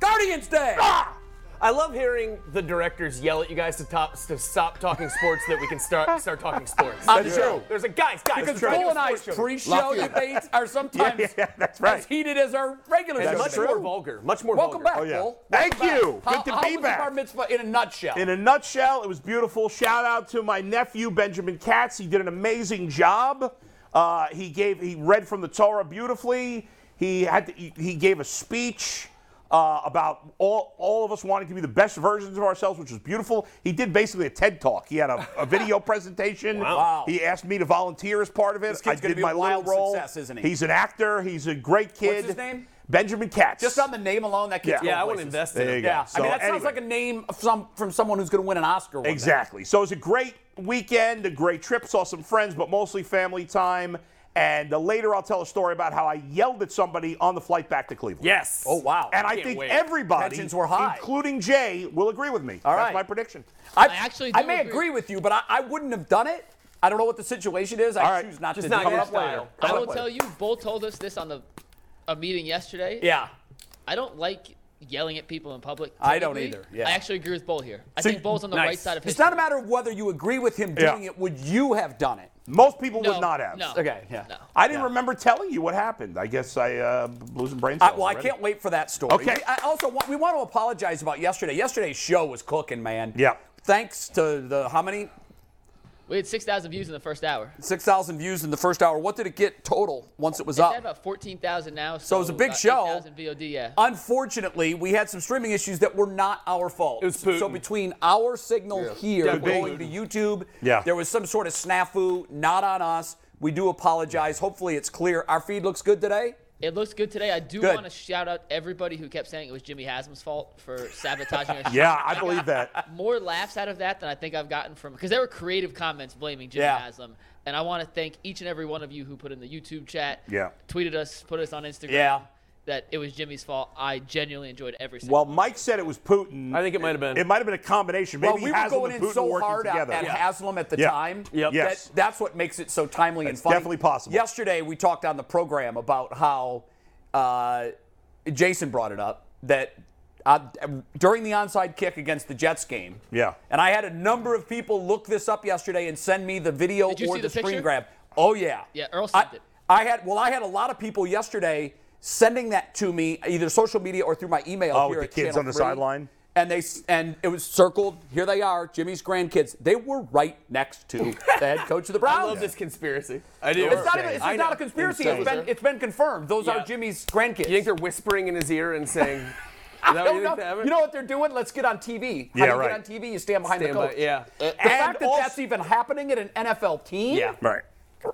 Guardians Day! Ah, I love hearing the directors yell at you guys to, top, to stop talking sports so that we can start start talking sports. That's There's a- true. There's a guys, guys. Because we're Cole doing a and I's sports show. pre-show Lafayette. debates are sometimes Yeah, yeah, that's right. as heated as our regular And shows. much more vulgar. Much more Welcome vulgar. back, Oh, yeah. Cole. Thank Welcome you. back. Good to how, be how was back. The bar mitzvah in a nutshell. In a nutshell, it was beautiful. Shout out to my nephew Benjamin Katz. He did an amazing job. Uh, he gave he read from the Torah beautifully. He had to, he, he gave a speech uh, about all all of us wanting to be the best versions of ourselves, which was beautiful. He did basically a TED talk. He had a, a video presentation. Wow. He asked me to volunteer as part of it. kid's I gonna did be a my little wild role. success, isn't he? He's an actor. He's a great kid. his name? Benjamin Katz. Just on the name alone, that kid's Yeah. going Yeah, I want to places. invest in There you it. go. Yeah. I mean, So that sounds anyway. like a name of some, from someone who's going to win an Oscar. One day. Exactly. So it was a great weekend, a great trip. Saw some friends, but mostly family time. And uh, later, I'll tell a story about how I yelled at somebody on the flight back to Cleveland. Yes. Oh wow. And I can't think wait. everybody, Tensions were high. including Jay, will agree with me. That's right. my prediction. I, actually I do may agree. agree. with you, but I, I wouldn't have done it. I don't know what the situation is. I All right. choose not Just to. not do your it. style. I will Probably. tell you, Bull told us this on the a meeting yesterday. Yeah. I don't like yelling at people in public. I don't typically. either, yeah. I actually agree with Bull here. I So- think Bull's on the nice. right side of It's history. not a matter of whether you agree with him Yeah. doing it. Would you have done it? Most people no, would not have. No. Okay, yeah. No. I didn't remember telling you what happened. I guess I uh, losing brain I, cells. well, I already. can't wait for that story. Okay. We- I also want, we want to apologize about yesterday. Yesterday's show was cooking, man. Yeah. Thanks to the how many We had 6,000 views in the first hour. six thousand views in the first hour? What did it get total once it was It's at up? about 14,000 now. So, Oh. it was a big about show. Oh. 8,000 VOD, yeah. Unfortunately, we had some streaming issues that were not our fault. was Putin. so between our signal here Could be. going to YouTube, Yeah. there was some sort of snafu, not on us. We do apologize. Hopefully, it's clear. Our feed looks good today. It looks good today. I do Good. want to shout out everybody who kept saying it was Jimmy Haslam's fault for sabotaging our show. Yeah, I believe that. more laughs out of that than I think I've gotten from because there were creative comments blaming Jimmy Yeah. Haslam, and I want to thank each and every one of you who put in the YouTube chat, Yeah. tweeted us, put us on Instagram, Yeah. that it was Jimmy's fault. I genuinely enjoyed every single. Well, Mike said it was Putin. I think it might have been. It might have been a combination. Maybe Well, we were Haslam going and in Putin so working hard at, together. at Haslam at the Yeah. time. Yep. that- Yes. that's what makes it so timely and That's funny. definitely possible. Yesterday, we talked on the program about how uh, Jason brought it up that uh, during the onside kick against the Jets game. Yeah. And I had a number of people look this up yesterday and send me the video Did you or see the, the screen picture? grab. Oh yeah. Yeah, Earl I, sent it. I had well, I had a lot of people yesterday sending that to me either social media or through my email. Oh, here with at the kids Channel on the 3. sideline? And they s- and it was circled. Here they are, Jimmy's grandkids. They were right next to the head coach of the I Browns. love this conspiracy. I do. It's not even. It's I not know. a conspiracy. It's Insane. been, it's been confirmed. Those Yeah. are Jimmy's grandkids. You think they're whispering in his ear and saying? Is I that what don't you think know. that happened? You know what they're doing? Let's get on TV. How Yeah, do you right. get on TV? You stand behind Stand the by- coach. yeah. The fact that also- that's even happening at an NFL team, Yeah. Right.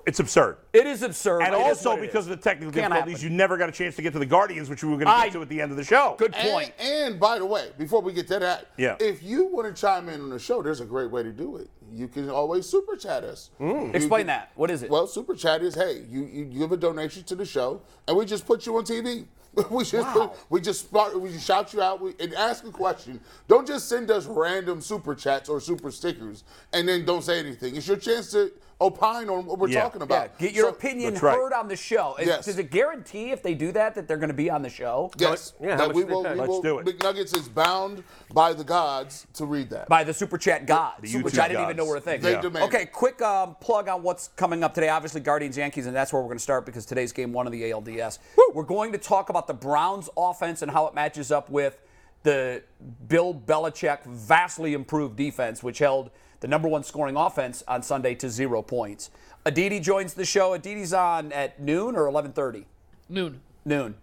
It's absurd. it is absurd. And It is also what it because is. of the technical Can't difficulties, happen. you never got a chance to get to the Guardians, which we were going to get I- to at the end of the show. good point. And, and by the way, before we get to that, Yeah. if you want to chime in on the show, there's a great way to do it. You can always super chat us. You Explain can- that. What is it? Well, super chat is hey, you, you give a donation to the show, and we just put you on TV. We just Wow. we just spark, we just shout you out we, and ask a question. Don't just send us random super chats or super stickers and then don't say anything. It's your chance to opine on what we're Yeah. talking Yeah, about. get your So- opinion That's right. heard on the show. Is- Yes. Does it guarantee if they do that that they're going to be on the show? Yes. Yeah, how that much we did they will, pay? we Let's will, do it. McNuggets is bound by the gods to read that. By the super chat gods, YouTube which I didn't even gods. know were a thing. They Yeah. demand Okay, it. quick um, plug on what's coming up today. Obviously, Guardians Yankees, and that's where we're going to start because today's game one of the ALDS. We're going to talk about the Browns' offense and how it matches up with the Bill Belichick vastly improved defense, which held the number one scoring offense on Sunday to zero points. Aditi joins the show. Aditi's on at noon or 11:30. Noon. noon.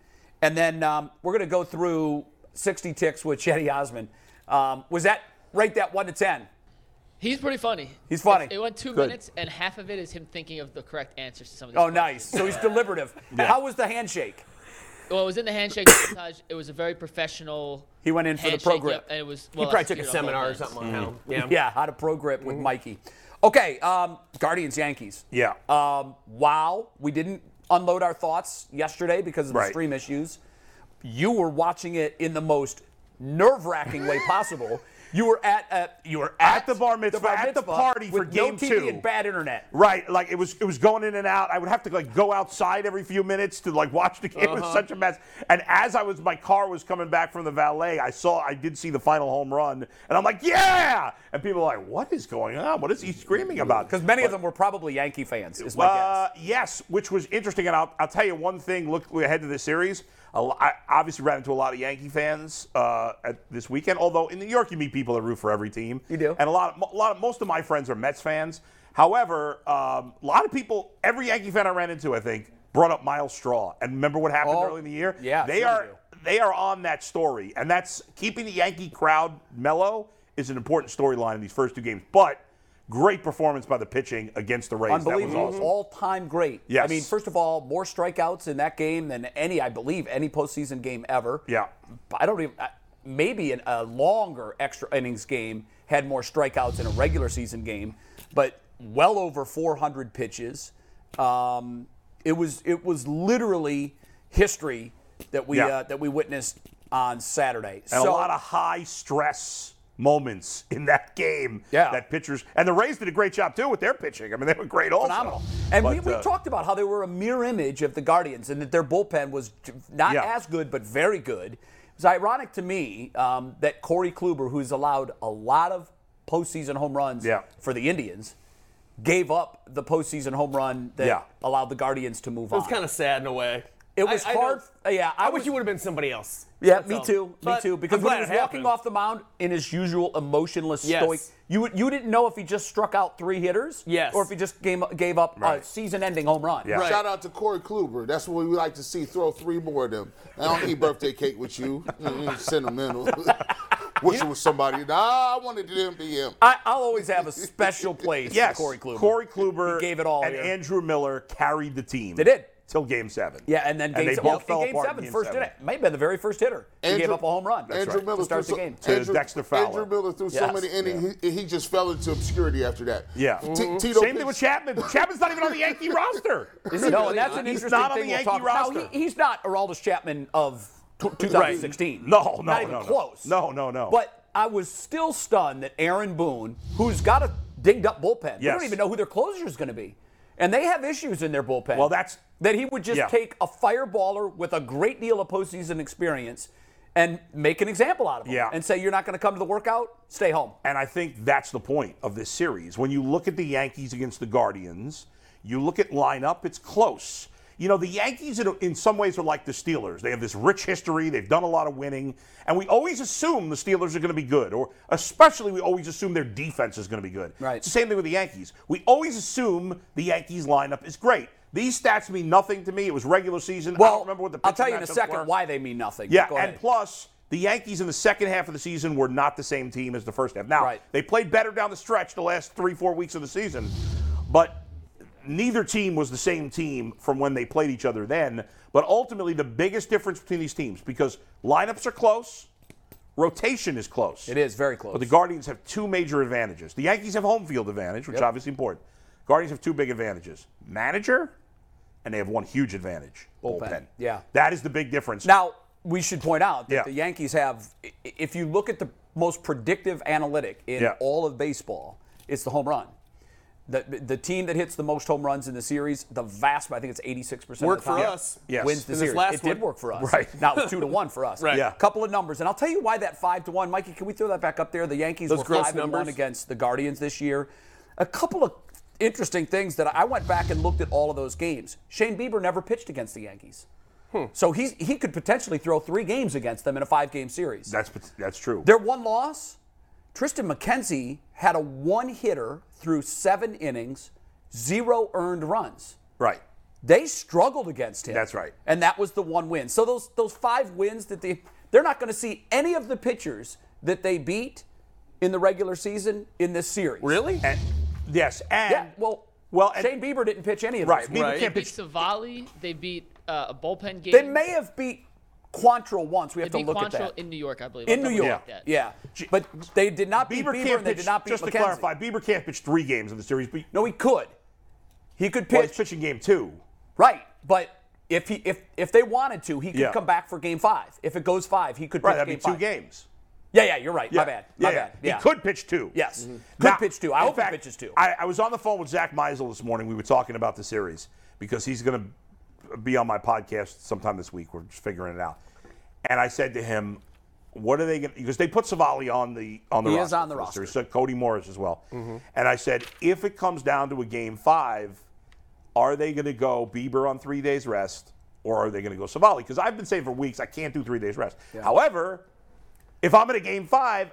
And then um, we're going to go through 60 ticks with Chetty Osman. Um, was that rate that 1 to 10? He's pretty funny. He's funny. It, it went two Good. minutes, and half of it is him thinking of the correct answers to some of these. Oh, nice. So he's deliberative. How was the handshake? Well, it was in the handshake sabotage. It was a very professional. He went in for the handshake, pro grip. yep, and it was. He well probably took a executed on seminar or both ends. something on how. Yeah. Mm. Yeah, how to pro grip with Mikey. Okay, um, Guardians Yankees. Mm-hmm. Yeah. Um, wow, we didn't unload our thoughts yesterday because of the Right. stream issues. You were watching it in the most nerve-wracking way possible. You were at a, you were at, At the bar mitzvah, at the party for with game no TV two. and bad internet. Right, like it was it was going in and out. I would have to like go outside every few minutes to like watch the game. It Uh-huh. was such a mess. And as I was my car was coming back from the valet, I saw I did see the final home run and I'm like, "Yeah!" And people are like, "What is going on? What is he screaming about?" Because many of them were probably Yankee fans, is my Uh, guess. yes, which was interesting, and I'll, I'll tell you one thing. Look ahead to this series. A lo- I obviously ran into a lot of Yankee fans uh, at this weekend. Although in New York, you meet people that root for every team. You do. and a lot, of, a lot of most of my friends are Mets fans. However, um, a lot of people, every Yankee fan I ran into, I think, brought up Miles Straw. And remember what happened Oh, early in the year? yeah, they sure are they do. they are on that story, and that's keeping the Yankee crowd mellow is an important storyline in these first two games. But great performance by the pitching against the Rays. That Unbelievable. Mhm. was awesome. All-time great. I Yes. mean, first of all, more strikeouts in that game than any, I believe, any postseason game ever. Yeah. I don't even. I- Maybe an, a longer extra innings game had more strikeouts in a regular season game, but well over 400 pitches. Um, it was it was literally history that we Yeah. uh, that we witnessed on Saturday. And a lot of high stress moments in that game. Yeah. That pitchers and the Rays did a great job too with their pitching. I mean, they were great also. phenomenal. And we, But, we uh, talked about how they were a mirror image of the Guardians and that their bullpen was j- not Yeah. as good, but very good. It was ironic to me um, that Corey Kluber, who's allowed a lot of postseason home runs Yeah. for the Indians, gave up the postseason home run that Yeah. allowed the Guardians to move It on. was kind of sad in a way. It was don't- hard- uh, yeah, I, I wish was- you would have been somebody else. Yeah, That's me all. too. Me But too. Because I'm when glad he was it walking happened. off the mound in his usual emotionless Yes. stoic, you you didn't know if he just struck out three hitters, Yes. or if he just gave, gave up a Right. season-ending home run. Yeah. Right. Shout out to Corey Kluber. That's what we like to see. Throw three more of them. I don't eat birthday cake with you. Mm, sentimental. Wish it was somebody. Nah, I wanted them to be him. I, I'll always have a special place yes, for Corey Kluber. Corey Kluber He gave it all and here. Andrew Miller carried the team. They did. till Game Seven. yeah, and then game they seven, both well, fell game apart in seven, game first seven. hitter, may have been the very first hitter. he gave up a home run. Andrew right. Miller to start threw the game. so- To Dexter Fowler. Andrew Miller threw so Yes. many innings, he, he just fell into obscurity after that. Yeah. T- Mm-hmm. Mhm. Tito Same thing with Pitts- Chapman. Chapman's not even on the Yankee roster. no, and that's an He's interesting not on thing the we'll talk Yankee about. No, roster. he, he's not Araldus Chapman of tw- 2016. No, no, not even no, no. close. No, no, no. But I was still stunned that Aaron Boone, who's got a dinged up bullpen, they Yes. don't even know who their closer is going to be, and they have issues in their bullpen. Well, that's- that he would just Yeah. take a fireballer with a great deal of postseason experience and make an example out of him, Yeah. and say you're not going to come to the workout, stay home. And I think that's the point of this series. When you look at the Yankees against the Guardians, you look at lineup, it's close. You know, the Yankees in, in some ways are like the Steelers. They have this rich history, they've done a lot of winning, and we always assume the Steelers are going to be good, or especially we always assume their defense is going to be good. Right. It's the same thing with the Yankees. We always assume the Yankees lineup is great. These stats mean nothing to me. It was regular season. I don't remember what the I'll tell you in a pitching matchups second were. why they mean nothing. Yeah, Go and ahead. plus the Yankees in the second half of the season were not the same team as the first half. Now Right. they played better down the stretch the last three, four weeks of the season, but neither team was the same team from when they played each other then. But ultimately, the biggest difference between these teams because lineups are close, rotation is close. it is very close. But the Guardians have two major advantages. The Yankees have home field advantage, which is obviously important. Guardians have two big advantages: manager, and they have one huge advantage: bullpen. yeah. that is the big difference. Now, we should point out that Yeah. the Yankees have, i- if you look at the most predictive analytic in Yeah. all of baseball, it's the home run. The, the team that hits the most home runs in the series, the vast, I think it's 86% Worked of the time, for us. Yes. wins the In this series. last it did one. work for us. Right. Now it's 2 to 1 for us. Right. Yeah. couple of numbers. And I'll tell you why that 5 to 1. Mikey, can we throw that back up there? The Yankees Those were gross 5 and 1 numbers. against the Guardians this year. A couple of interesting things that I went back and looked at all of those games. Shane Bieber never pitched against the Yankees. So he's, he could potentially throw three games against them in a five game series. That's that's true. Their one loss, Tristan McKenzie had a one hitter through seven innings, zero earned runs. right. They struggled against him. That's right. And that was the one win. So those those five wins that they they're not going to see any of the pitchers that they beat in the regular season in this series. Really? And yes, and Yeah. well, Well, well and- Shane Bieber didn't pitch any of right. those. Bieber Right. can't They beat pitch. Savali. They beat uh, a bullpen game. They may have beat Quantrill once. We have It'd to be look Quantrill at that. in New York, I believe. In I'll New double York, check yeah. that. But they did not beat Bieber Bieber, can't and they pitch. did not beat just McKenzie. to clarify, Bieber can't pitch three games in the series. But No, he could. He could well, he's pitch. pitching game two. Right, but if he if if they wanted to, he could Yeah. come back for game five. If it goes five, he could Right, pitch that'd be game two five. games. Yeah, yeah, you're right. Yeah. My bad. My yeah, bad. yeah. Yeah. He could pitch two. Yes. Could Now, pitch two. I in hope fact, he pitches two. I, I was on the phone with Zach Meisel this morning. We were talking about the series because he's going to be on my podcast sometime this week. We're just figuring it out. And I said to him, "What are they going?" to Because they put Savali on the on the He is roster. on the for roster. series, So Cody Morris as well. Mm-hmm. And I said, if it comes down to a game five, are they going to go Bieber on three days rest or are they going to go Savali? Because I've been saying for weeks I can't do three days rest. However, if I'm in a game five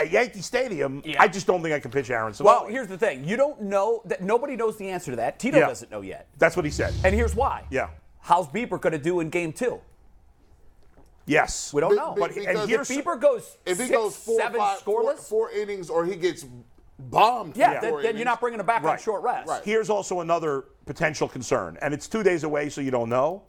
at Yankee Stadium, I just don't think I can pitch Aaron Savali. well, here's the thing. You don't know that nobody knows the answer to that. Tito Yeah. doesn't know yet. that's what he said. And here's why. Yeah. How's Bieber going to do in game two? Yes. We don't Be- know. be- But and because here's- if Bieber goes if he six, goes four, seven five- four- scoreless, four innings, or he gets bombed. yeah, for then, four then you're innings, not bringing him back on Right. short rest. Right. Here's also another potential concern, and it's two days away, so you don't know.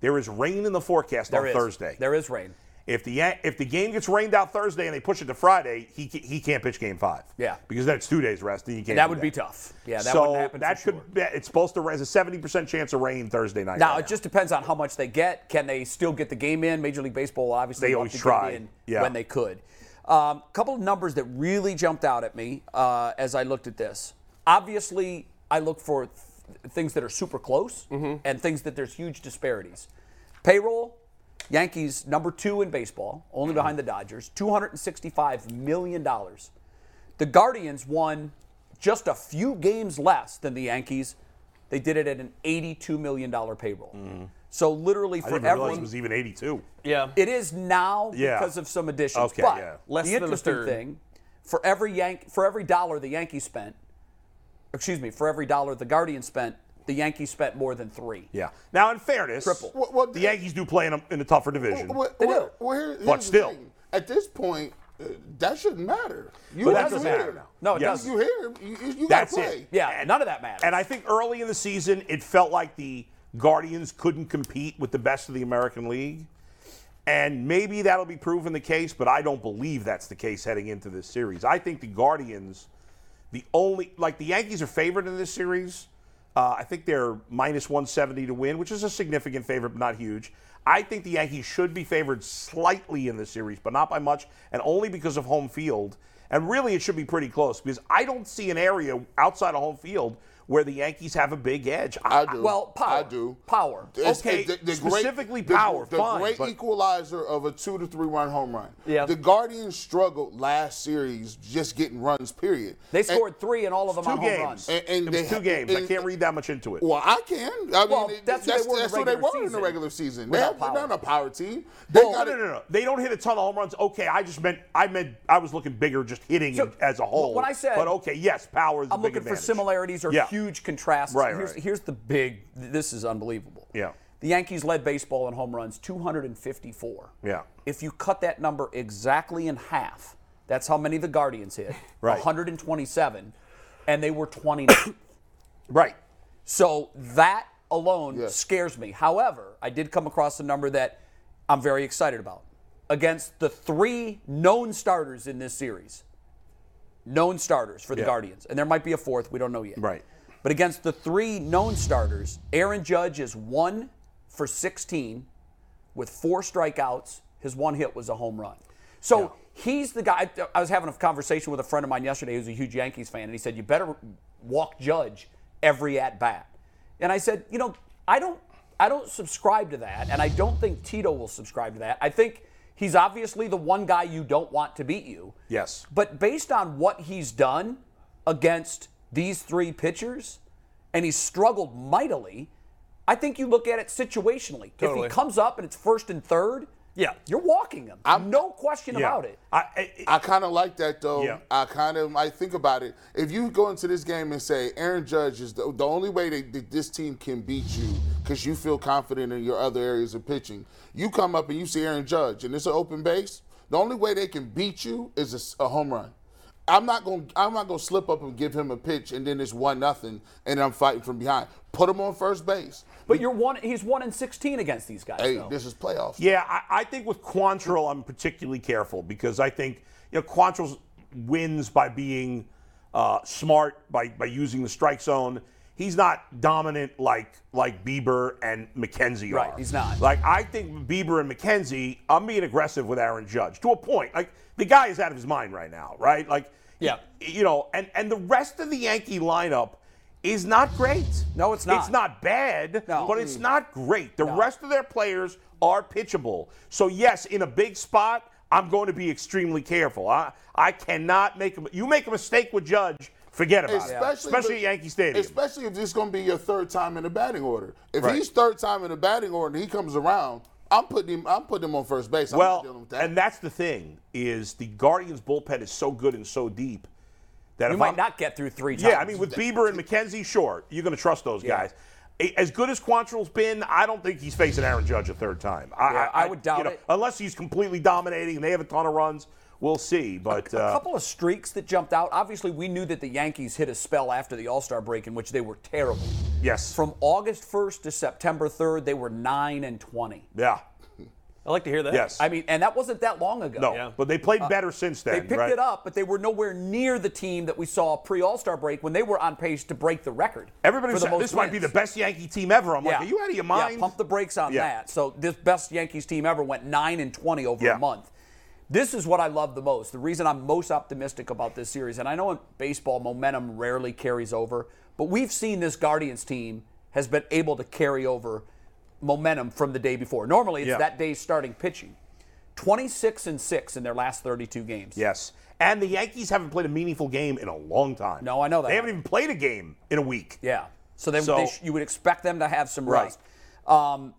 There is rain in the forecast There on is- Thursday. There is rain. If the if the game gets rained out Thursday and they push it to Friday, he ca- he can't pitch Game Five. Yeah. because that's two days rest, and you can't. That do would be tough. Yeah, that so wouldn't happen for that sure. could be, it's supposed to raise a seventy percent chance of rain Thursday night. Now right it just depends on how much they get. Can they still get the game in? Major League Baseball obviously They wanted always to get try. it in Yeah. when they could. A couple of numbers that really jumped out at me uh, as I looked at this. Obviously, I look for th- things that are super close Mm-hmm. and things that there's huge disparities. Payroll, Yankees number two in baseball, only behind the Dodgers, two hundred and sixty-five million dollars. The Guardians won just a few games less than the Yankees. They did it at an $82 million payroll. So literally Mm. I for didn't even realize everyone, it was even eighty-two. Yeah. it is now Yeah. because of some additions. Okay, but yeah. Less the than a interesting third. thing, for every Yank, for every dollar the Yankees spent, excuse me, for every dollar the Guardians spent, the Yankees spent more than three. Yeah. Now, in fairness, Triple. Well, well, the Yankees do play in a, in a tougher division. Well, They well, do. well, here- here's But the still. thing. at this point, uh, that shouldn't matter. You But that guys doesn't here. matter now. No, it Yes. doesn't. You here? You, you, you got That's to play. it. Yeah, none of that matters. And I think early in the season, it felt like the Guardians couldn't compete with the best of the American League. And maybe that'll be proven the case, but I don't believe that's the case heading into this series. I think the Guardians, the only, like the Yankees are favored in this series. Uh, I think they're minus 170 to win, which is a significant favorite, but not huge. I think the Yankees should be favored slightly in this series, but not by much, and only because of home field. And really, it should be pretty close because I don't see an area outside of home field where the Yankees have a big edge. I do. well, power. I do. Power. It's- Okay, it's specifically the- power, The, fine, great but- equalizer of a two to three run home run. Yeah. The Guardians struggled last series just getting runs. Period. They And- scored three and all of them Two on home games. runs. And- and it was they two ha- games. I and- can't read that much into it. Well, I can. I Well, mean, that's that's, who they that's, were in the who they regular were in the season. regular season. They Without have, they're power. not a power team. They no, got no, it. no, no. They don't hit a ton of home runs. Okay, I just meant I meant I was looking bigger, just hitting So, it as a whole. when I said- but okay, yes, power is the I'm big looking for advantage. similarities or Yeah. huge contrasts. Right, here's, right. here's the big. This is unbelievable. Yeah. The Yankees led baseball in home runs 254. Yeah. If you cut that number exactly in half, that's how many the Guardians hit. Right. 127, and they were 29. Right. So that alone Yes. scares me. However, I did come across a number that I'm very excited about against the three known starters in this series. Known starters for the Yeah. Guardians. And there might be a fourth, we don't know yet. Right. But against the three known starters, Aaron Judge is one for 16 with four strikeouts. His one hit was a home run. So he's the guy. I was having a conversation with a friend of mine yesterday who's a huge Yankees fan, and he said, You better walk Judge every at bat. And I said, You know, I don't. I don't subscribe to that, and I don't think Tito will subscribe to that. I think he's obviously the one guy you don't want to beat you. Yes. But based on what he's done against these three pitchers, and he's struggled mightily, I think you look at it situationally. If he Totally. comes up and it's first and third, Yeah. you're walking him. no question Yeah. about it. I, I, I- I kind of like that though. Yeah. I kind of might think about it. If you go into this game and say Aaron Judge is the, the only way that, that this team can beat you because you feel confident in your other areas of pitching, you come up and you see Aaron Judge and it's an open base. The only way they can beat you is a s- a, home run. I'm not going. I'm not going to slip up and give him a pitch, and then it's one nothing, and I'm fighting from behind. Put him on first base. But you're one. He's one in 16 against these guys. Hey, though. this is playoffs. Yeah, I, I think with Quantrill, I'm particularly careful because I think you know Quantrill wins by being uh, smart by by using the strike zone. He's not dominant like like Bieber and McKenzie Right, are. he's not. Like I think Bieber and McKenzie, I'm being aggressive with Aaron Judge to a point. Like the guy is out of his mind right now, right? Like Yeah. you know, and and the rest of the Yankee lineup is not great. No, it's not. It's not bad, No. but it's not great. The rest of their players are pitchable. So yes, in a big spot, I'm going to be extremely careful. I I cannot make a, you make a mistake with Judge, forget about it. Especially at Yankee Stadium. Especially if this is going to be your third time in the batting order. If Right. he's third time in the batting order, and he comes around. I'm putting him. I'm putting him on first base. I'm not dealing well, with that. and that's the thing is the Guardians bullpen is so good and so deep that you if might I'm, not get through three times. Yeah, I mean, with Bieber and McKenzie, sure, you're going to trust those guys. A- As good as Quantrill's been, I don't think he's facing Aaron Judge a third time. I, Yeah, I would doubt it. unless he's completely dominating and they have a ton of runs. We'll see, but a uh, couple of streaks that jumped out. Obviously, we knew that the Yankees hit a spell after the All Star break in which they were terrible. yes, From August 1st to September 3rd, they were 9 and 20. yeah, I like to hear that. yes, I mean, and that wasn't that long ago. no, yeah. but they played better since then. They picked right? it up, but they were nowhere near the team that we saw pre All Star break when they were on pace to break the record. Everybody for the said most this might be wins. the best Yankee team ever. I'm Yeah. like, are you out of your Yeah, mind? pump the brakes on Yeah. that. So this best Yankees team ever went nine and twenty over Yeah. a month. This is what I love the most. The reason I'm most optimistic about this series, and I know in baseball momentum rarely carries over, but we've seen this Guardians team has been able to carry over momentum from the day before. Normally, it's Yeah. that day's starting pitching. 26 and 6 in their last 32 games. Yes. And the Yankees haven't played a meaningful game in a long time. No, I know that. They haven't even played a game in a week. Yeah. So then So- they sh- you would expect them to have some Right. rest. Um,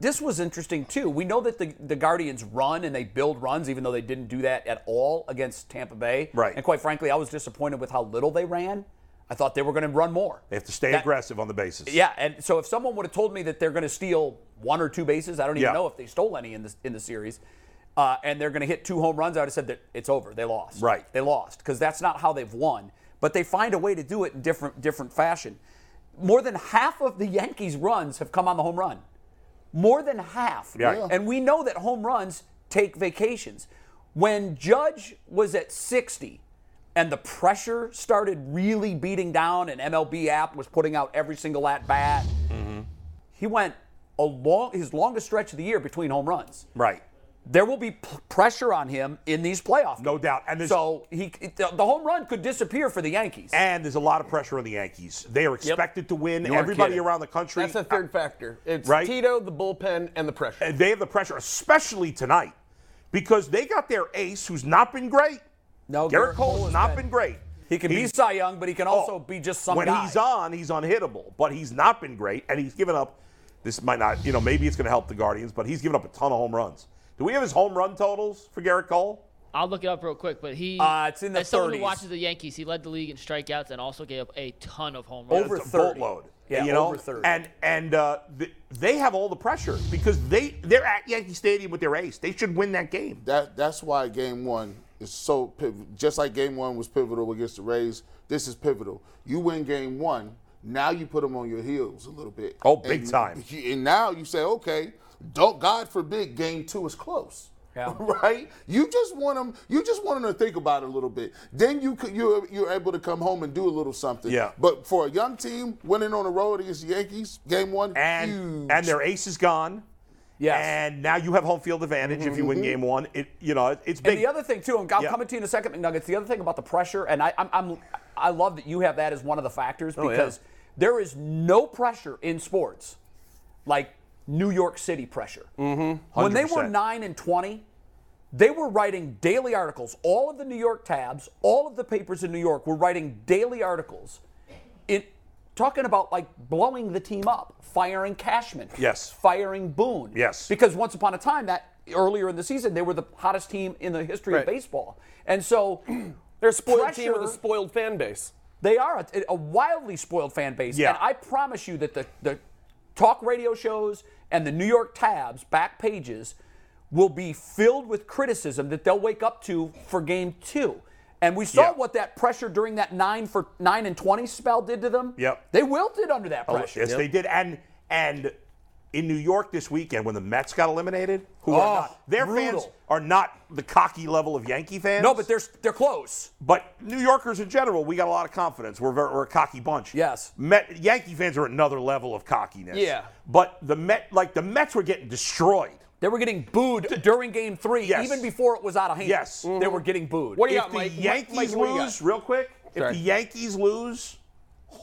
this was interesting too. We know that the, the Guardians run and they build runs, even though they didn't do that at all against Tampa Bay. Right. And quite frankly, I was disappointed with how little they ran. I thought they were going to run more. They have to stay That- aggressive on the bases. Yeah. And so if someone would have told me that they're going to steal one or two bases, I don't even Yeah. know if they stole any in this in the series. Uh, and they're going to hit two home runs. I would have said that it's over. They lost. Right. They lost because that's not how they've won. But they find a way to do it in different different fashion. More than half of the Yankees' runs have come on the home run. More than half. Yeah. Yeah. And we know that home runs take vacations. When Judge was at 60 and the pressure started really beating down and MLB app was putting out every single at bat, he went a long his longest stretch of the year between home runs. Right. There will be p- pressure on him in these playoffs. No doubt. And there's So he the the home run could disappear for the Yankees. and there's a lot of pressure on the Yankees. They are expected to win. You aren't Everybody kidding. around the country. That's the third factor. It's Right. Tito, the bullpen, and the pressure. and uh, they have the pressure, especially tonight, because they got their ace, who's not been great. No, Garrett Cole has not been great. He can be He's- Cy Young, but he can also Oh, be just some when guy. he's on, he's unhittable. But he's not been great, and he's given up. This might not, you know, maybe it's going to help the Guardians, but he's given up a ton of home runs. Do we have his home run totals for Garrett Cole? I'll look it up real quick, but he. Uh, it's in the as someone who 30s. watches the Yankees, he led the league in strikeouts and also gave up a ton of home runs. Over It's a 30. boatload. Yeah, you know? over 30. And and uh, th- they have all the pressure because they they're at Yankee Stadium with their ace. They should win that game. That that's why game one is so piv- just like game one was pivotal against the Rays. This is pivotal. You win game one, now you put them on your heels a little bit. Oh, big And- time. And now you say, okay, don't God forbid game two is close. Yeah. right. You just want them. You just want them to think about it a little bit. Then you could- you're you're able to come home and do a little something. Yeah. But for a young team winning on the road against the Yankees, game one, And huge. and their ace is gone. Yes. Mm-hmm. And now you have home field advantage if you win game one. It you know it- it's big. And the other thing too, and I'll Yeah. come to you in a second, McNuggets. The other thing about the pressure, and I, I'm, I'm, I love that you have that as one of the factors Oh, yeah. because there is no pressure in sports like New York City pressure. Mm-hmm. When they were 100%. nine and twenty, they were writing daily articles. All of the New York tabs, all of the papers in New York were writing daily articles. In talking about like blowing the team up, firing Cashman, Yes. firing Boone, Yes. because once upon a time that earlier in the season they were the hottest team in the history of Right. baseball, and so They're a spoiled team Pressure- with a spoiled fan base. they are a, a wildly spoiled fan base. Yeah. And I promise you that the, the talk radio shows and the New York tabs, back pages, will be filled with criticism that they'll wake up to for game two. And we saw Yeah. what that pressure during that nine for nine and twenty spell did to them. Yep. They wilted under that Oh, pressure. Yes, they did. And and in New York this weekend, when the Mets got eliminated, who are Oh, not, their brutal. fans are not the cocky level of Yankee fans. No, but they're they're close. but New Yorkers in general, we got a lot of confidence. We're very, we're a cocky bunch. Yes. Met, Yankee fans are another level of cockiness. Yeah. But the Met like the Mets were getting destroyed. They were getting booed during game three, Yes. even before it was out of hand. Yes. They were getting booed. What do you if got, the Mike? Mike- Yankees Mike, what do you got? lose, real quick, Sorry. if the Yankees lose,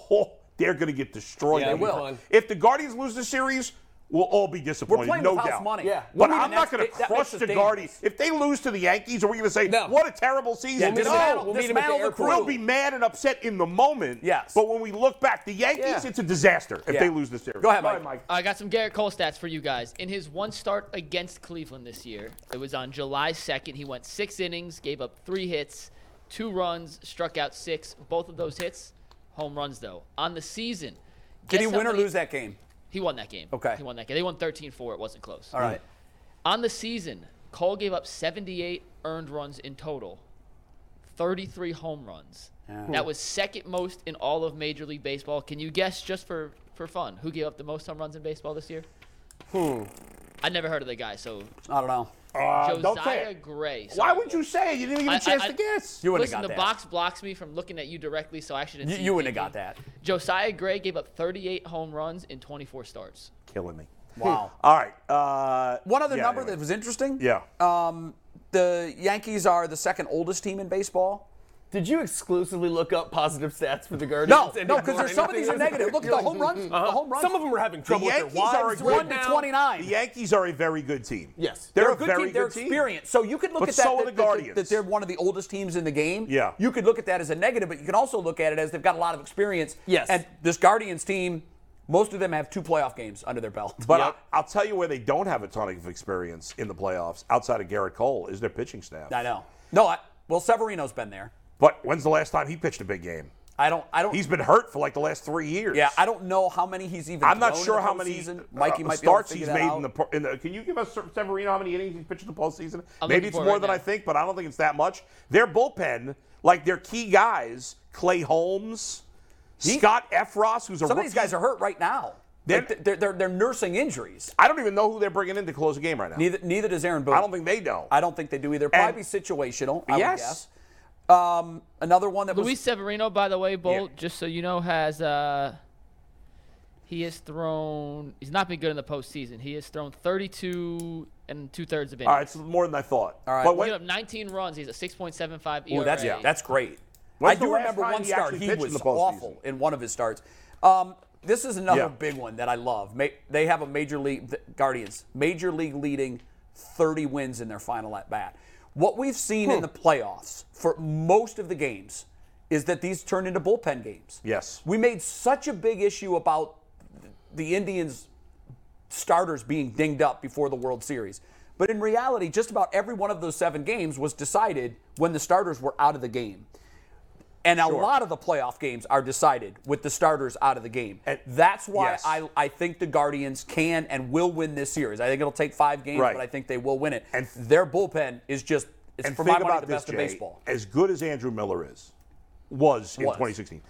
oh, they're going to get destroyed. Yeah, That'd they be will. fun. If the Guardians lose the series, we'll all be disappointed. We're playing no with house doubt. money. Yeah. But We'll be I'm the not next- going to it- that crush makes us the Guardians. dangerous. If they lose to the Yankees, are we going to say, No. what a terrible season? meet 'em at- no. we'll meet 'em at the dismantle the airport. crew. We'll be mad and upset in the moment. Yes. But when we look back, the Yankees, Yeah. it's a disaster if Yeah. they lose the series. Go ahead, Mike. I got some Garrett Cole stats for you guys. In his one start against Cleveland this year, it was on July 2nd. He went six innings, gave up three hits, two runs, struck out six. Both of those hits, home runs, though. On the season, Did he guess how win or many- lose that game? He won that game. Okay. He won that game. They won 13 4. It wasn't close. All right. On the season, Cole gave up 78 earned runs in total, 33 home runs. That was second most in all of Major League Baseball. Can you guess just for, for fun who gave up the most home runs in baseball this year? Hmm. I never heard of the guy, so I don't know. Uh, don't say Josiah it. Gray. Why sorry. would you say it? You didn't even I- get a chance I- to guess. You wouldn't Listen, have the got that. box blocks me from looking at you directly, so I actually didn't You- see you wouldn't have thinking. got that. Josiah Gray gave up 38 home runs in 24 starts. Killing me. Wow. All right. Uh, One other yeah, number anyway. that was interesting. Um, Yeah. The Yankees are the second oldest team in baseball. Did you exclusively look up positive stats for the Guardians? No, and no, because ignore there's some of these are anything negative. Look at the home runs. The home runs. Uh-huh. Some of them are having the trouble with Yankees their wives are a right good one to now. twenty nine. The Yankees are a very good team. Yes. They're, They're a a good very team. good They're team. experienced. So you could look But at that, so are that, the that- Guardians. that they're one of the oldest teams in the game. Yeah. You could look at that as a negative, but you can also look at it as they've got a lot of experience. Yes. And this Guardians team, most of them have two playoff games under their belt. But I, I'll tell you where they don't have a ton of experience in the playoffs outside of Garrett Cole is their pitching staff. I know. No, I, well, Severino's been there. But when's the last time he pitched a big game? I don't. I don't. He's been hurt for like the last three years. Yeah, I don't know how many he's even. I'm not thrown in sure the how many postseason. uh, Mikey might be able to starts figure he's that made out. in the, par- in the. Can you give us Severino how many innings he's pitched in the postseason? I'm Maybe looking it's for it more right than I now. think, but I don't think it's that much. Their bullpen, like their key guys, Clay Holmes, Scott Efros, who's a Some of rookie. these guys are hurt right now. They're- Like, They're, they're, they're nursing injuries. I don't even know who they're bringing in to close the game right now. Neither, neither does Aaron Boone. I don't think they know. I don't think they do either. Probably situational. I Yes. would guess. Um, another one that Luis was Severino, by the way, Bolt, just so you know, has uh he has thrown he's not been good in the postseason. He has thrown thirty two and two thirds of innings. All right, it's more than I thought. All right. But We He when, gave up nineteen runs, he's a six point seven five E ERA. Ooh, that's that's great. When's I the do last remember time one he start actually he pitched in was the postseason? awful in one of his starts. Um, this is another Yeah. big one that I love. Ma- they have a major league the Guardians, major league leading 30 wins in their final at bat. What we've seen Hmm. in the playoffs for most of the games is that these turned into bullpen games. Yes. We made such a big issue about the Indians starters being dinged up before the World Series. But in reality, just about every one of those seven games was decided when the starters were out of the game. And a lot of the playoff games are decided with the starters out of the game. And- That's why yes. I, I think the Guardians can and will win this series. I think it'll take five games, Right. but I think they will win it. And- their bullpen is just, it's and for think my money, about the best this, of Jay, baseball. As good as Andrew Miller is, was in Was. 2016,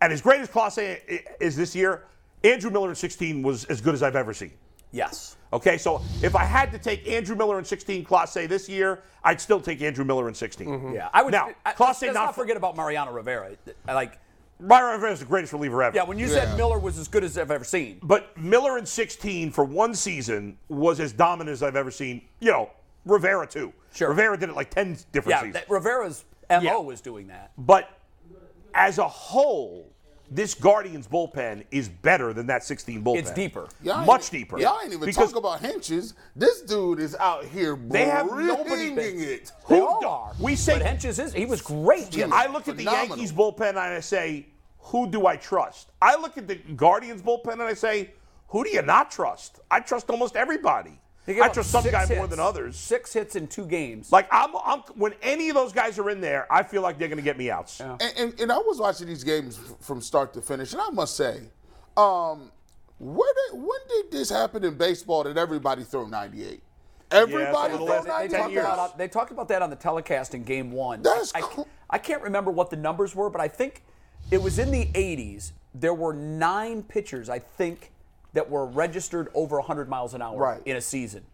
and as great as Class is this year, Andrew Miller in 16 was as good as I've ever seen. Yes. Okay, so if I had to take Andrew Miller in 16, Class this year, I'd still take Andrew Miller in 16. Yeah. Mm-hmm. I would Now, I, Clase let's not, not- forget about Mariano Rivera. I like, Byron Rivera is the greatest reliever ever. yeah, when you Yeah. said Miller was as good as I've ever seen, But Miller in 16 for one season was as dominant as I've ever seen. You know, Rivera too. Sure. Rivera did it like 10 different yeah, seasons. that, Rivera's MO Yeah. was doing that. But as a whole, this Guardians bullpen is better than that 16 bullpen. It's deeper. Y'all ain't- e-, Much deeper. Y'all ain't even Because talk about hinches. This dude is out here They have nobody- bringing it. They Who all do- are. we say- but Henches is he was great. Yeah. I look at the Phenomenal. Yankees bullpen and I say, who do I trust? I look at the Guardians bullpen and I say, who do you not trust? I trust almost everybody. He gave I up trust some six guy more hits. than others. Six hits in two games. Like I'm, I'm when any of those guys are in there, I feel like they're going to get me outs. And, and, and I was watching these games f- from start to finish, and I must say, um, where did, when did this happen in baseball that everybody throw 98? over Everybody the throw last 98. uh, they, ten talked years. about, they talked about that on the telecast in game one. That's I, I- cr- I can't remember what the numbers were, but I think it was in the 80s. There were nine pitchers, I think, that were registered over 100 miles an hour Right. in a season.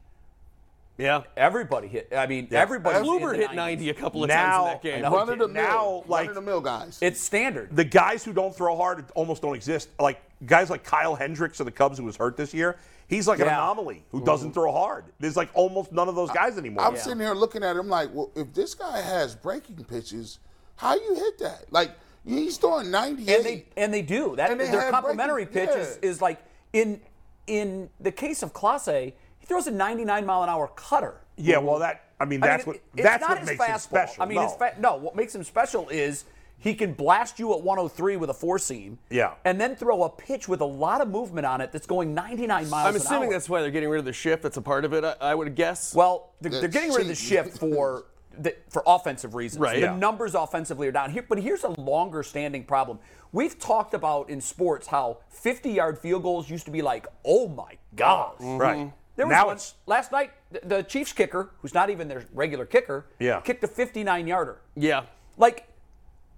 Yeah. Everybody hit. I mean, everybody. Kluber hit 90 a couple of Now- times in that I game. know. Run of the mill, Now, like- run of the mill guys. It's standard. the guys who don't throw hard almost don't exist. Like guys like Kyle Hendricks of the Cubs, who was hurt this year, he's like an Yeah. anomaly who doesn't throw hard. There's like almost none of those guys anymore. I'm sitting here looking at him like, well, if this guy has breaking pitches, how you hit that? Like he's throwing 98. and they and they do that. And they their have complimentary breaking- pitch is, yeah. is like in in the case of Class A, he throws a 99 mile an hour cutter. yeah, well, that I mean, I that's mean, what it- that's it's not what his makes him fastball. special. I mean, his No. fa- no, what makes him special is he can blast you at 103 with a four seam. Yeah. and then throw a pitch with a lot of movement on it that's going 99 miles. I'm an assuming hour. that's why they're getting rid of the shift. That's a part of it, I, I would guess. Well, they're, they're That's getting rid of the cheating. shift for the, for offensive reasons. Right. The Yeah. numbers offensively are down here, but here's a longer standing problem. We've talked about in sports how 50 yard field goals used to be like, oh my gosh. Mm-hmm. Right. There was now one- it's last night. th- The Chiefs kicker, who's not even their regular kicker, Yeah. kicked a 59 yarder. yeah. Like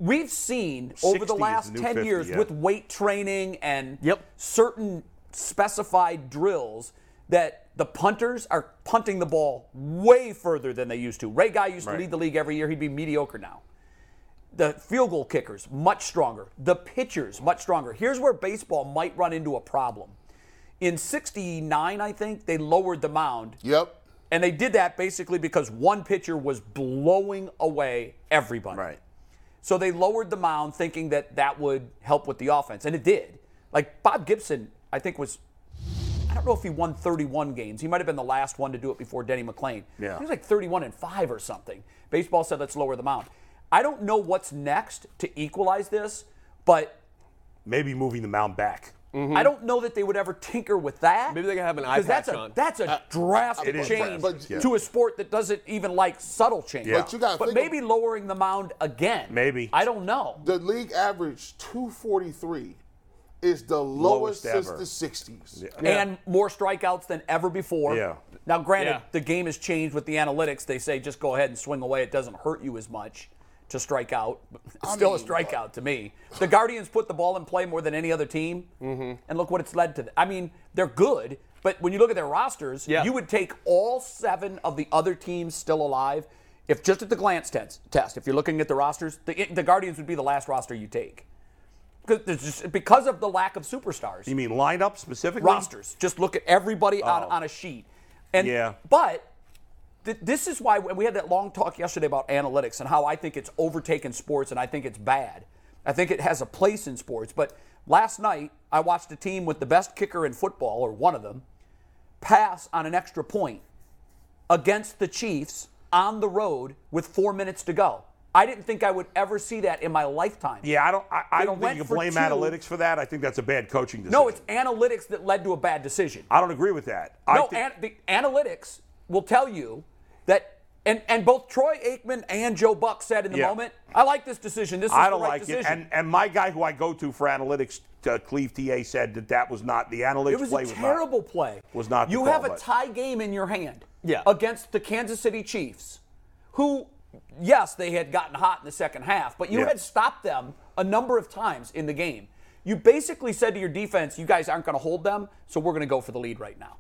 we've seen over 60 the is last the new 10 50, years yeah. with weight training and Yep. certain specified drills that the punters are punting the ball way further than they used to. Ray Guy used Right. to lead the league every year. He'd be mediocre now. The field goal kickers, much stronger. The pitchers, much stronger. Here's where baseball might run into a problem. In 69, I think, they lowered the mound. yep. And they did that basically because one pitcher was blowing away everybody. right. So they lowered the mound thinking that that would help with the offense, and it did. Like Bob Gibson, I think was I don't know if he won 31 games. He might have been the last one to do it before Denny McClain. Yeah. He was like 31 and 5 or something. Baseball said let's lower the mound. I don't know what's next to equalize this, but Maybe moving the mound back. I don't know that they would ever tinker with that. Mm-hmm. Maybe they could have an eye Because that's patch a on. that's a drastic is change drastic, yeah. to a sport that doesn't even like subtle change. Yeah. But you gotta think of- maybe lowering the mound again. Maybe. I don't know. The league average 243 is the lowest, ever. since the 60s. and more strikeouts than ever before. Yeah. Now, granted, Yeah. the game has changed with the analytics. They say just go ahead and swing away. It doesn't hurt you as much to strike out. But it's Still a mean, strikeout to me. uh, The Guardians put the ball in play more than any other team, Mm-hmm. and look what it's led to. I mean, they're good, but when you look at their rosters, Yeah. you would take all seven of the other teams still alive. If just at the glance test, test, if you're looking at the rosters, the, the Guardians would be the last roster you take. Because, there's just, because of the lack of superstars You mean lineup specifically? rosters. Just look at everybody on, on a sheet. And Oh. Yeah. but th- this is why we had that long talk yesterday about analytics and how I think it's overtaken sports and I think it's bad. I think it has a place in sports, but last night I watched a team with the best kicker in football or one of them pass on an extra point against the Chiefs on the road with 4 minutes to go. I didn't think I would ever see that in my lifetime. Yeah, I don't. I, I They don't think went you can for blame two. analytics for that. I think that's a bad coaching decision. No, it's analytics that led to a bad decision. I don't agree with that. I No, think- an, the analytics will tell you that, and, and both Troy Aikman and Joe Buck said in the Yeah. moment, I like this decision. This is I the don't right like decision. it. And and my guy who I go to for analytics, uh, Cleve TA, said that that was not the analytics it was play. a not- terrible play. was not the You call, have a but- tie game in your hand Yeah. against the Kansas City Chiefs, who, yes, they had gotten hot in the second half, but you Yeah. had stopped them a number of times in the game. You basically said to your defense, you guys aren't going to hold them, so we're going to go for the lead right now.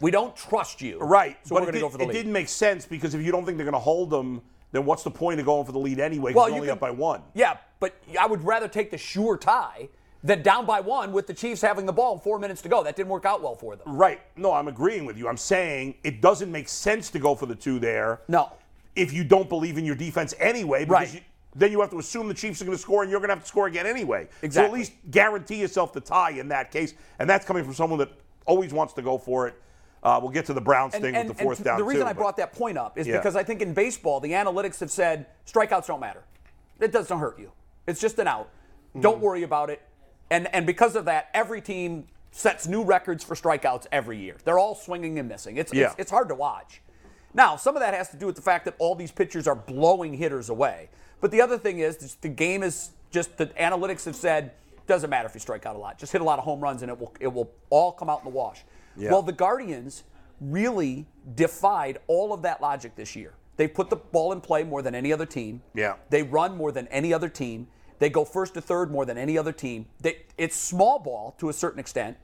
We don't trust you. right. So but we're going to it go did- for the It lead. didn't make sense because if you don't think they're going to hold them, then what's the point of going for the lead anyway? 'cause Well, you're you only could- up by one. Yeah, but I would rather take the sure tie than down by one with the Chiefs having the ball and four minutes to go. That didn't work out well for them. Right. No, I'm agreeing with you. I'm saying it doesn't make sense to go for the two there. No. If you don't believe in your defense anyway, because Right. you, then you have to assume the Chiefs are going to score and you're going to have to score again anyway. So at Exactly. least guarantee yourself the tie in that case. And that's coming from someone that always wants to go for it. Uh, we'll get to the Browns thing with the fourth t- down. the reason too, I but- brought that point up is Yeah. because I think in baseball the analytics have said strikeouts don't matter. It doesn't hurt you. It's just an out. Hmm. Don't worry about it. And and because of that, every team sets new records for strikeouts every year. They're all swinging and missing. It's it's, Yeah. it's hard to watch. Now, some of that has to do with the fact that all these pitchers are blowing hitters away. But the other thing is, is the game is just the analytics have said doesn't matter if you strike out a lot. Just hit a lot of home runs and it will it will all come out in the wash. Yeah. Well, the Guardians really defied all of that logic this year. They put the ball in play more than any other team. Yeah. They run more than any other team. They go first to third more than any other team. They, it's small ball to a certain extent.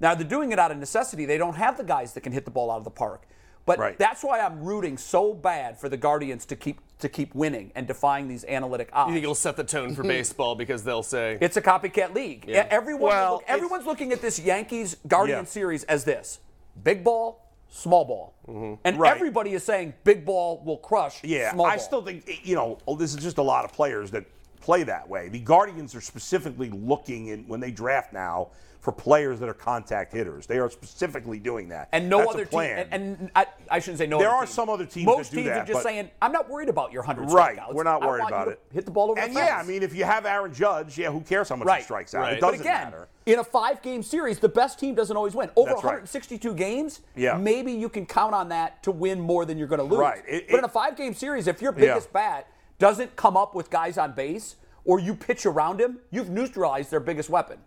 Now they're doing it out of necessity. They don't have the guys that can hit the ball out of the park. But Right. that's why I'm rooting so bad for the Guardians to keep to keep winning and defying these analytic odds. You think it'll set the tone for baseball because they'll say It's a copycat league. E- Everyone, Well, look- it's- everyone's looking at this Yankees Guardian Yeah. series as this big ball, small ball. And Mm-hmm. Right. everybody is saying big ball will crush Yeah, small I ball. still think you know oh, this is just a lot of players that play that way. The Guardians are specifically looking in when they draft now for players that are contact hitters. They are specifically doing that, and no That's a other team. plan. And, and I, I shouldn't say no. There other are team. some other teams that Most do teams are that, just but- saying, "I'm not worried about your hundred right, strikeouts. we're not I worried want you about to it. Hit the ball over And the yeah, I fence." mean, if you have Aaron Judge, yeah, who cares how much Right, he strikes out? right. It But doesn't but again, matter. in a five-game series, the best team doesn't always win. Over That's right. 162 games, Yeah. maybe you can count on that to win more than you're going to lose. Right. It- but it- in a five-game series, if your Yeah. biggest bat doesn't come up with guys on base or you pitch around him, you've neutralized their biggest weapon.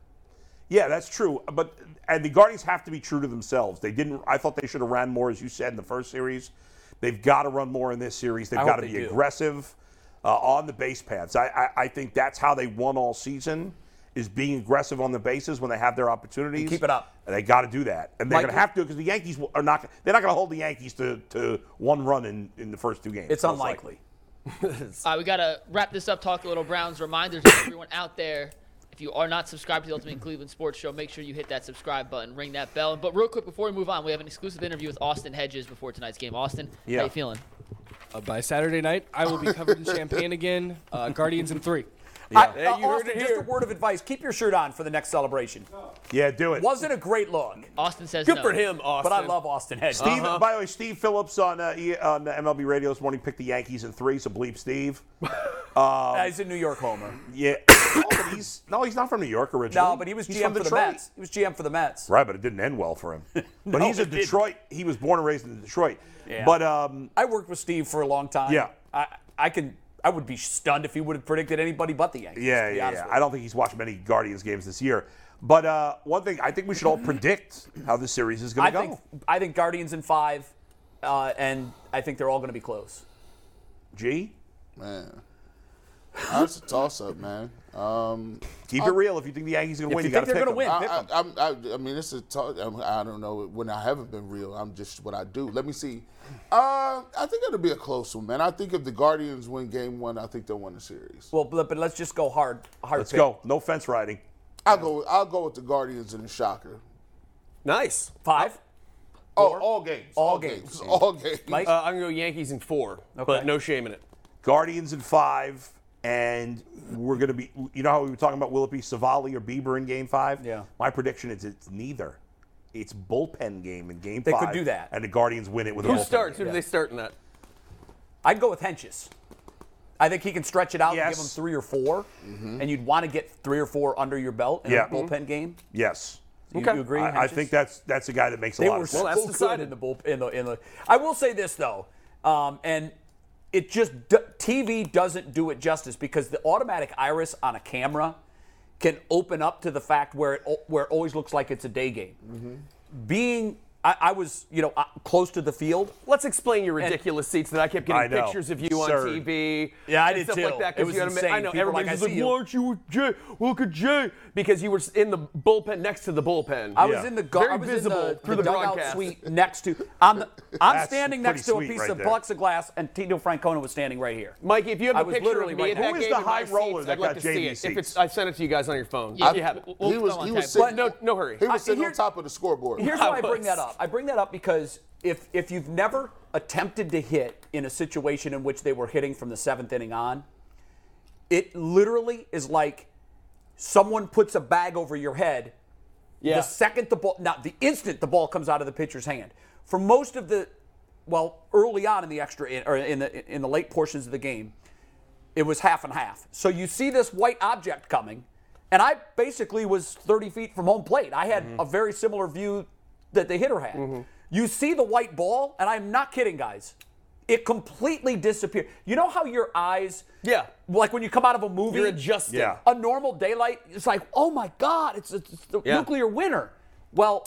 Yeah, that's true. But and the Guardians have to be true to themselves. They didn't. I thought they should have ran more, as you said in the first series. They've got to run more in this series. They've I got hope to they be do. aggressive uh, on the base paths. I, I, I think that's how they won all season is being aggressive on the bases when they have their opportunities. keep it up. And they got to do that, and they're Mike- going to have to because the Yankees will- are not. They're not going to hold the Yankees to, to one run in, in the first two games. It's most likely. unlikely. All right, we got to wrap this up, talk a little Browns. Reminder to everyone out there if you are not subscribed to the Ultimate Cleveland Sports Show, make sure you hit that subscribe button, ring that bell. But real quick, before we move on, we have an exclusive interview with Austin Hedges before tonight's game. Austin, Yeah. how you feeling? Uh, by Saturday night, I will be covered in champagne again. Uh, Guardians in three. I- uh, Yeah, you heard Austin, it just here. a word of advice: keep your shirt on for the next celebration. Yeah, do it. Wasn't a great look, Austin says good no. for him, Austin. but I love Austin Hedges. Steve, by the way, Steve Phillips on uh, E- on uh, MLB Radio this morning picked the Yankees in three, so bleep Steve. Uh, he's a New York homer. Yeah. oh, but he's no, he's not from New York originally. No, but he was He's GM from for the Detroit. Mets. He was GM for the Mets. Right, but it didn't end well for him. But he's a it didn't. Detroit. He was born and raised in Detroit. Yeah. But um, I worked with Steve for a long time. Yeah. I, I can I would be stunned if he would have predicted anybody but the Yankees. yeah, to be yeah, honest yeah. with I don't think he's watched many Guardians games this year. But uh, one thing, I think we should all predict how this series is you. I going to go. think I think Guardians in five, uh, and I think they're all going to be close. G, Man. That's a toss up, man. Um, keep it real. If you think the Yankees are going to win, you you got to think they're going to gonna win, pick I, I, I'm- I, I mean, it's a talk. I don't know when I haven't been real. I'm just what I do. Let me see. Uh, I think it'll be a close one, man. I think if the Guardians win Game One, I think they'll win the series. Well, but, but let's just go hard. hard Let's go. No fence riding. I'll go. I'll go with the Guardians and the Shocker. nice. Five. Oh, all games. All games. All games. Mike? Uh, I'm gonna go Yankees in four, but no shame in it. Guardians in five, and we're going to be. You know how we were talking about will it be Savali or Bieber in Game Five? Yeah. My prediction is it's neither. It's bullpen game in Game They could Five. do that. and the Guardians win it with a Who bullpen starts? game. Who do they start in that? I'd go with Henches. I think he can stretch it out and Yes. Mm-hmm. give him three or 4 and you'd want to get three or four under your belt in Yeah. a bullpen game. Yes. You, Okay. you agree? I, I Henches? think that's that's a guy that makes a They lot were of sense. so that's good decided. in the bull in the in the. I will say this though, um, and it just d- TV doesn't do it justice because the automatic iris on a camera can open up to the fact where it al- where it always looks like it's a day game. Being I, I was you know uh, close to the field. Let's explain your ridiculous seats that I kept I getting know. pictures of you Absurd. on TV. Yeah, I and did stuff too. Like that, It 'cause was you had a- insane. I know People were like, everybody's just "I like, see you." why aren't you with Jay? Look at Jay. Because you were s- in the bullpen next to the bullpen. I was Yeah. in the gar- Very I was visible in the, through the the dugout broadcast. suite next to. I'm the, I'm That's standing next to pretty a sweet piece right of there. plexiglass, and Tito Francona was standing right here. Mikey, if you have I a was picture of literally me right at there. that Who is game the in my high roller seats, that I'd like got to see JV it. If it's, seats? I've sent it to you guys on your phone. Yeah, if you have it. we'll- we'll He was. throw He on was tape. sitting. No, no hurry. He was I- sitting here- on top of the scoreboard. Here's I why I bring was. that up. I bring that up because if if you've never attempted to hit in a situation in which they were hitting from the seventh inning on, it literally is like someone puts a bag over your head. Yeah. The second the ball, not the instant the ball comes out of the pitcher's hand. For most of the, well, early on in the extra in, or in the in the late portions of the game, it was half and half. So you see this white object coming, and I basically was 30 feet from home plate. I had Mm-hmm. a very similar view that the hitter had. You see the white ball, and I'm not kidding, guys. It completely disappeared. You know how your eyes, Yeah. like when you come out of a movie, You're adjusting. Yeah. A normal daylight, it's like, oh my god, it's, it's the Yeah. nuclear winter. Well,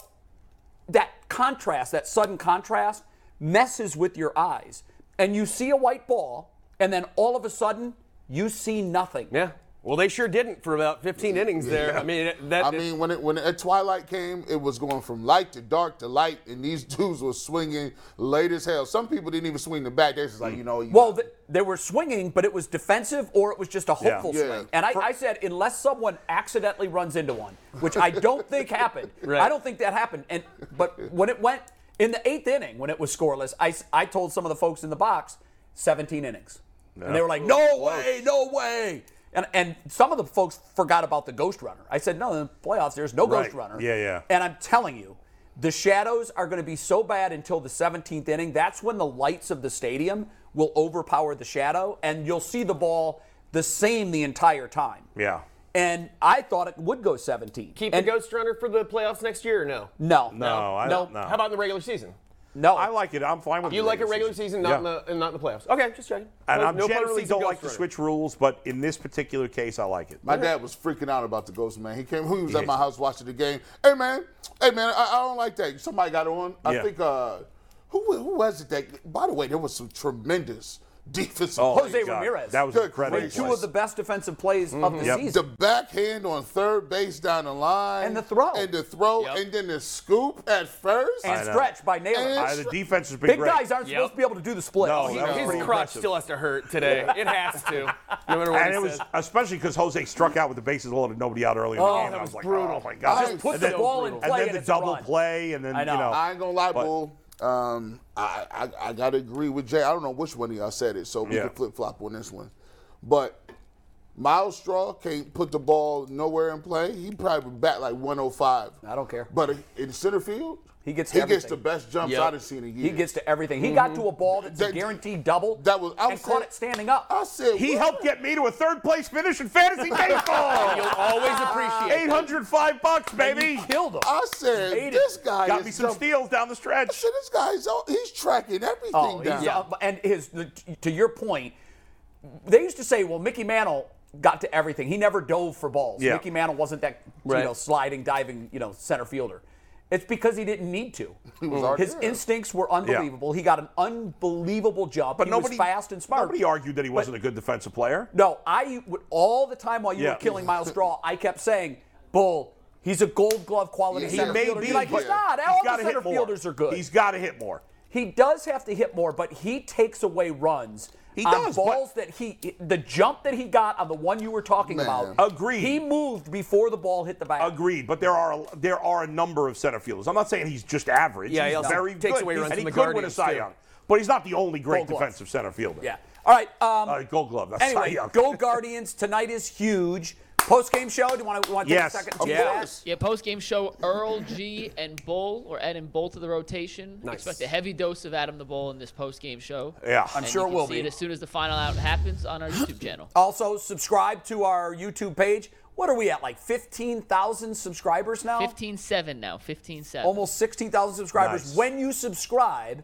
that contrast, that sudden contrast, messes with your eyes. and you see a white ball, and then all of a sudden you see nothing. Yeah. Well, they sure didn't for about 15 innings there. I mean, it- that. I mean, when it when it, twilight came, it was going from light to dark to light, and these dudes were swinging late as hell. Some people didn't even swing the bat. They're just Mm. like, you know, you Well, th- they were swinging, but it was defensive or it was just a hopeful Yeah. swing. And I, I said, unless someone accidentally runs into one, which I don't think happened. I don't think that happened. And but when it went in the eighth inning, when it was scoreless, I, s- I told some of the folks in the box, 17 innings, and they were like, no way, no way. And, and some of the folks forgot about the ghost runner. I said, no, in the playoffs, there's no ghost Right. runner. Yeah, yeah. And I'm telling you, the shadows are going to be so bad until the 17th inning. That's when the lights of the stadium will overpower the shadow, and you'll see the ball the same the entire time. Yeah. And I thought it would go 17. keep and the ghost runner for the playoffs next year or no? No, No, I no, don't know. How about in the regular season? no. I like it. I'm fine with You the like a regular season, not, Yeah. in the, and not in the playoffs. Okay, just checking. And no, I no generally postseason don't ghost like to runner. switch rules, but in this particular case, I like it. My dad was freaking out about the ghost man. He came. He was at Yeah. my house watching the game. Hey man, hey man, I, I don't like that. Somebody got on. I Yeah. think uh, who wa- who was it that? By the way, there was some tremendous defensive. Oh, plays. Jose God, Ramirez. That was Good incredible. grief. two was- of the best defensive plays of the Mm-hmm. Yep. The season. backhand on third base down the line, And the throw. and the throw, Yep. and then the scoop at first. and know. stretch by Naylor. And- Uh, the defense has been Big great. guys aren't Yep. supposed to be able to do the split. No, He- that was his pretty crotch impressive. still has to hurt today. It has to, no matter what And he it was says. especially because Jose struck out with the bases loaded, and nobody out early in the Oh, game. that I was like, brutal. oh my god! Just put And the then- ball in play and then and the it's a double run. play, and then I know. you know. I ain't gonna lie, But- Bull. Um, I, I I gotta agree with Jay. I don't know which one of y'all said it, so we Yeah. can flip flop on this one. But Miles Straw can't put the ball nowhere in play. He probably would bat like 105. I don't care. But in center field, He gets he gets everything. the best jumps Yep. I've seen in He years. gets to everything. He got Mm-hmm. to a ball that's a That- guaranteed double. that was- I and was caught saying- it standing up. I said He what? helped get me to a third place finish in fantasy You'll baseball. always appreciate. it. 805 bucks, And baby. you killed him. I said Hated. this guy Got is me some jumping- steals down the I stretch. said, this guy's he's tracking everything Oh, he's, down. uh, and his to your point, they used to say, "Well, Mickey Mantle got to everything. He never dove for balls. Yeah. Mickey Mantle wasn't that Right. you know sliding, diving, you know, center fielder. It's because he didn't need to. our His hero. instincts were unbelievable. He got an unbelievable jump. But he nobody was fast and smart. Nobody argued that he wasn't a good defensive player. No, I would all the time while you Yeah. were killing Miles Straw, I kept saying, "Bull, he's a Gold Glove quality Yeah, he center may fielder." be, You're like but he's not. He's all gotta the center hit more. fielders are good. He's got to hit more. He does have to hit more, but he takes away runs. He on does, but- balls that he the jump that he got on the one you were talking Man. about. Agreed. He moved before the ball hit the bat. Agreed, but there are a, there are a number of center fielders. I'm not saying he's just average. Yeah, he he's also very takes good. away runs and he from the could win a Guardians, Cy too. Young, but he's not the only great Gold glove. defensive center fielder. Yeah. All right. Um, uh, Gold Glove. That's Cy anyway, Young. go Guardians. Tonight is huge. Post game show. Do you want to want to Yes, take a second? of to do that? course. Yeah, post game show Earl G and Bull or adding Bull to the rotation. Nice. Expect a heavy dose of Adam the Bull in this post game show. Yeah. And I'm you sure it can will see be. it as soon as the final out happens on our YouTube channel. Also, subscribe to our YouTube page. What are we at? Like 15,000 subscribers now? 15-7 now. 15-7. Almost 16,000 subscribers. Nice. When you subscribe,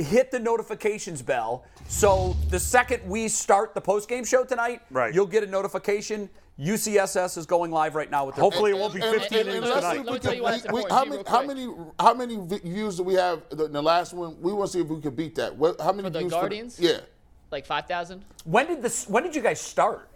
hit the notifications bell. So the second we start the post game show tonight, Right. you'll get a notification. UCSS is going live right now with their Hopefully, it won't be And- and- 15 and- innings and- tonight. Let me we tell can- you why it's we- we- important. how Real many quick. how many how many vi- views do we have the, the last one? We want to see if we could beat that. What, how many the views Guardians? For, yeah, Like 5,000? When did this when did you guys start?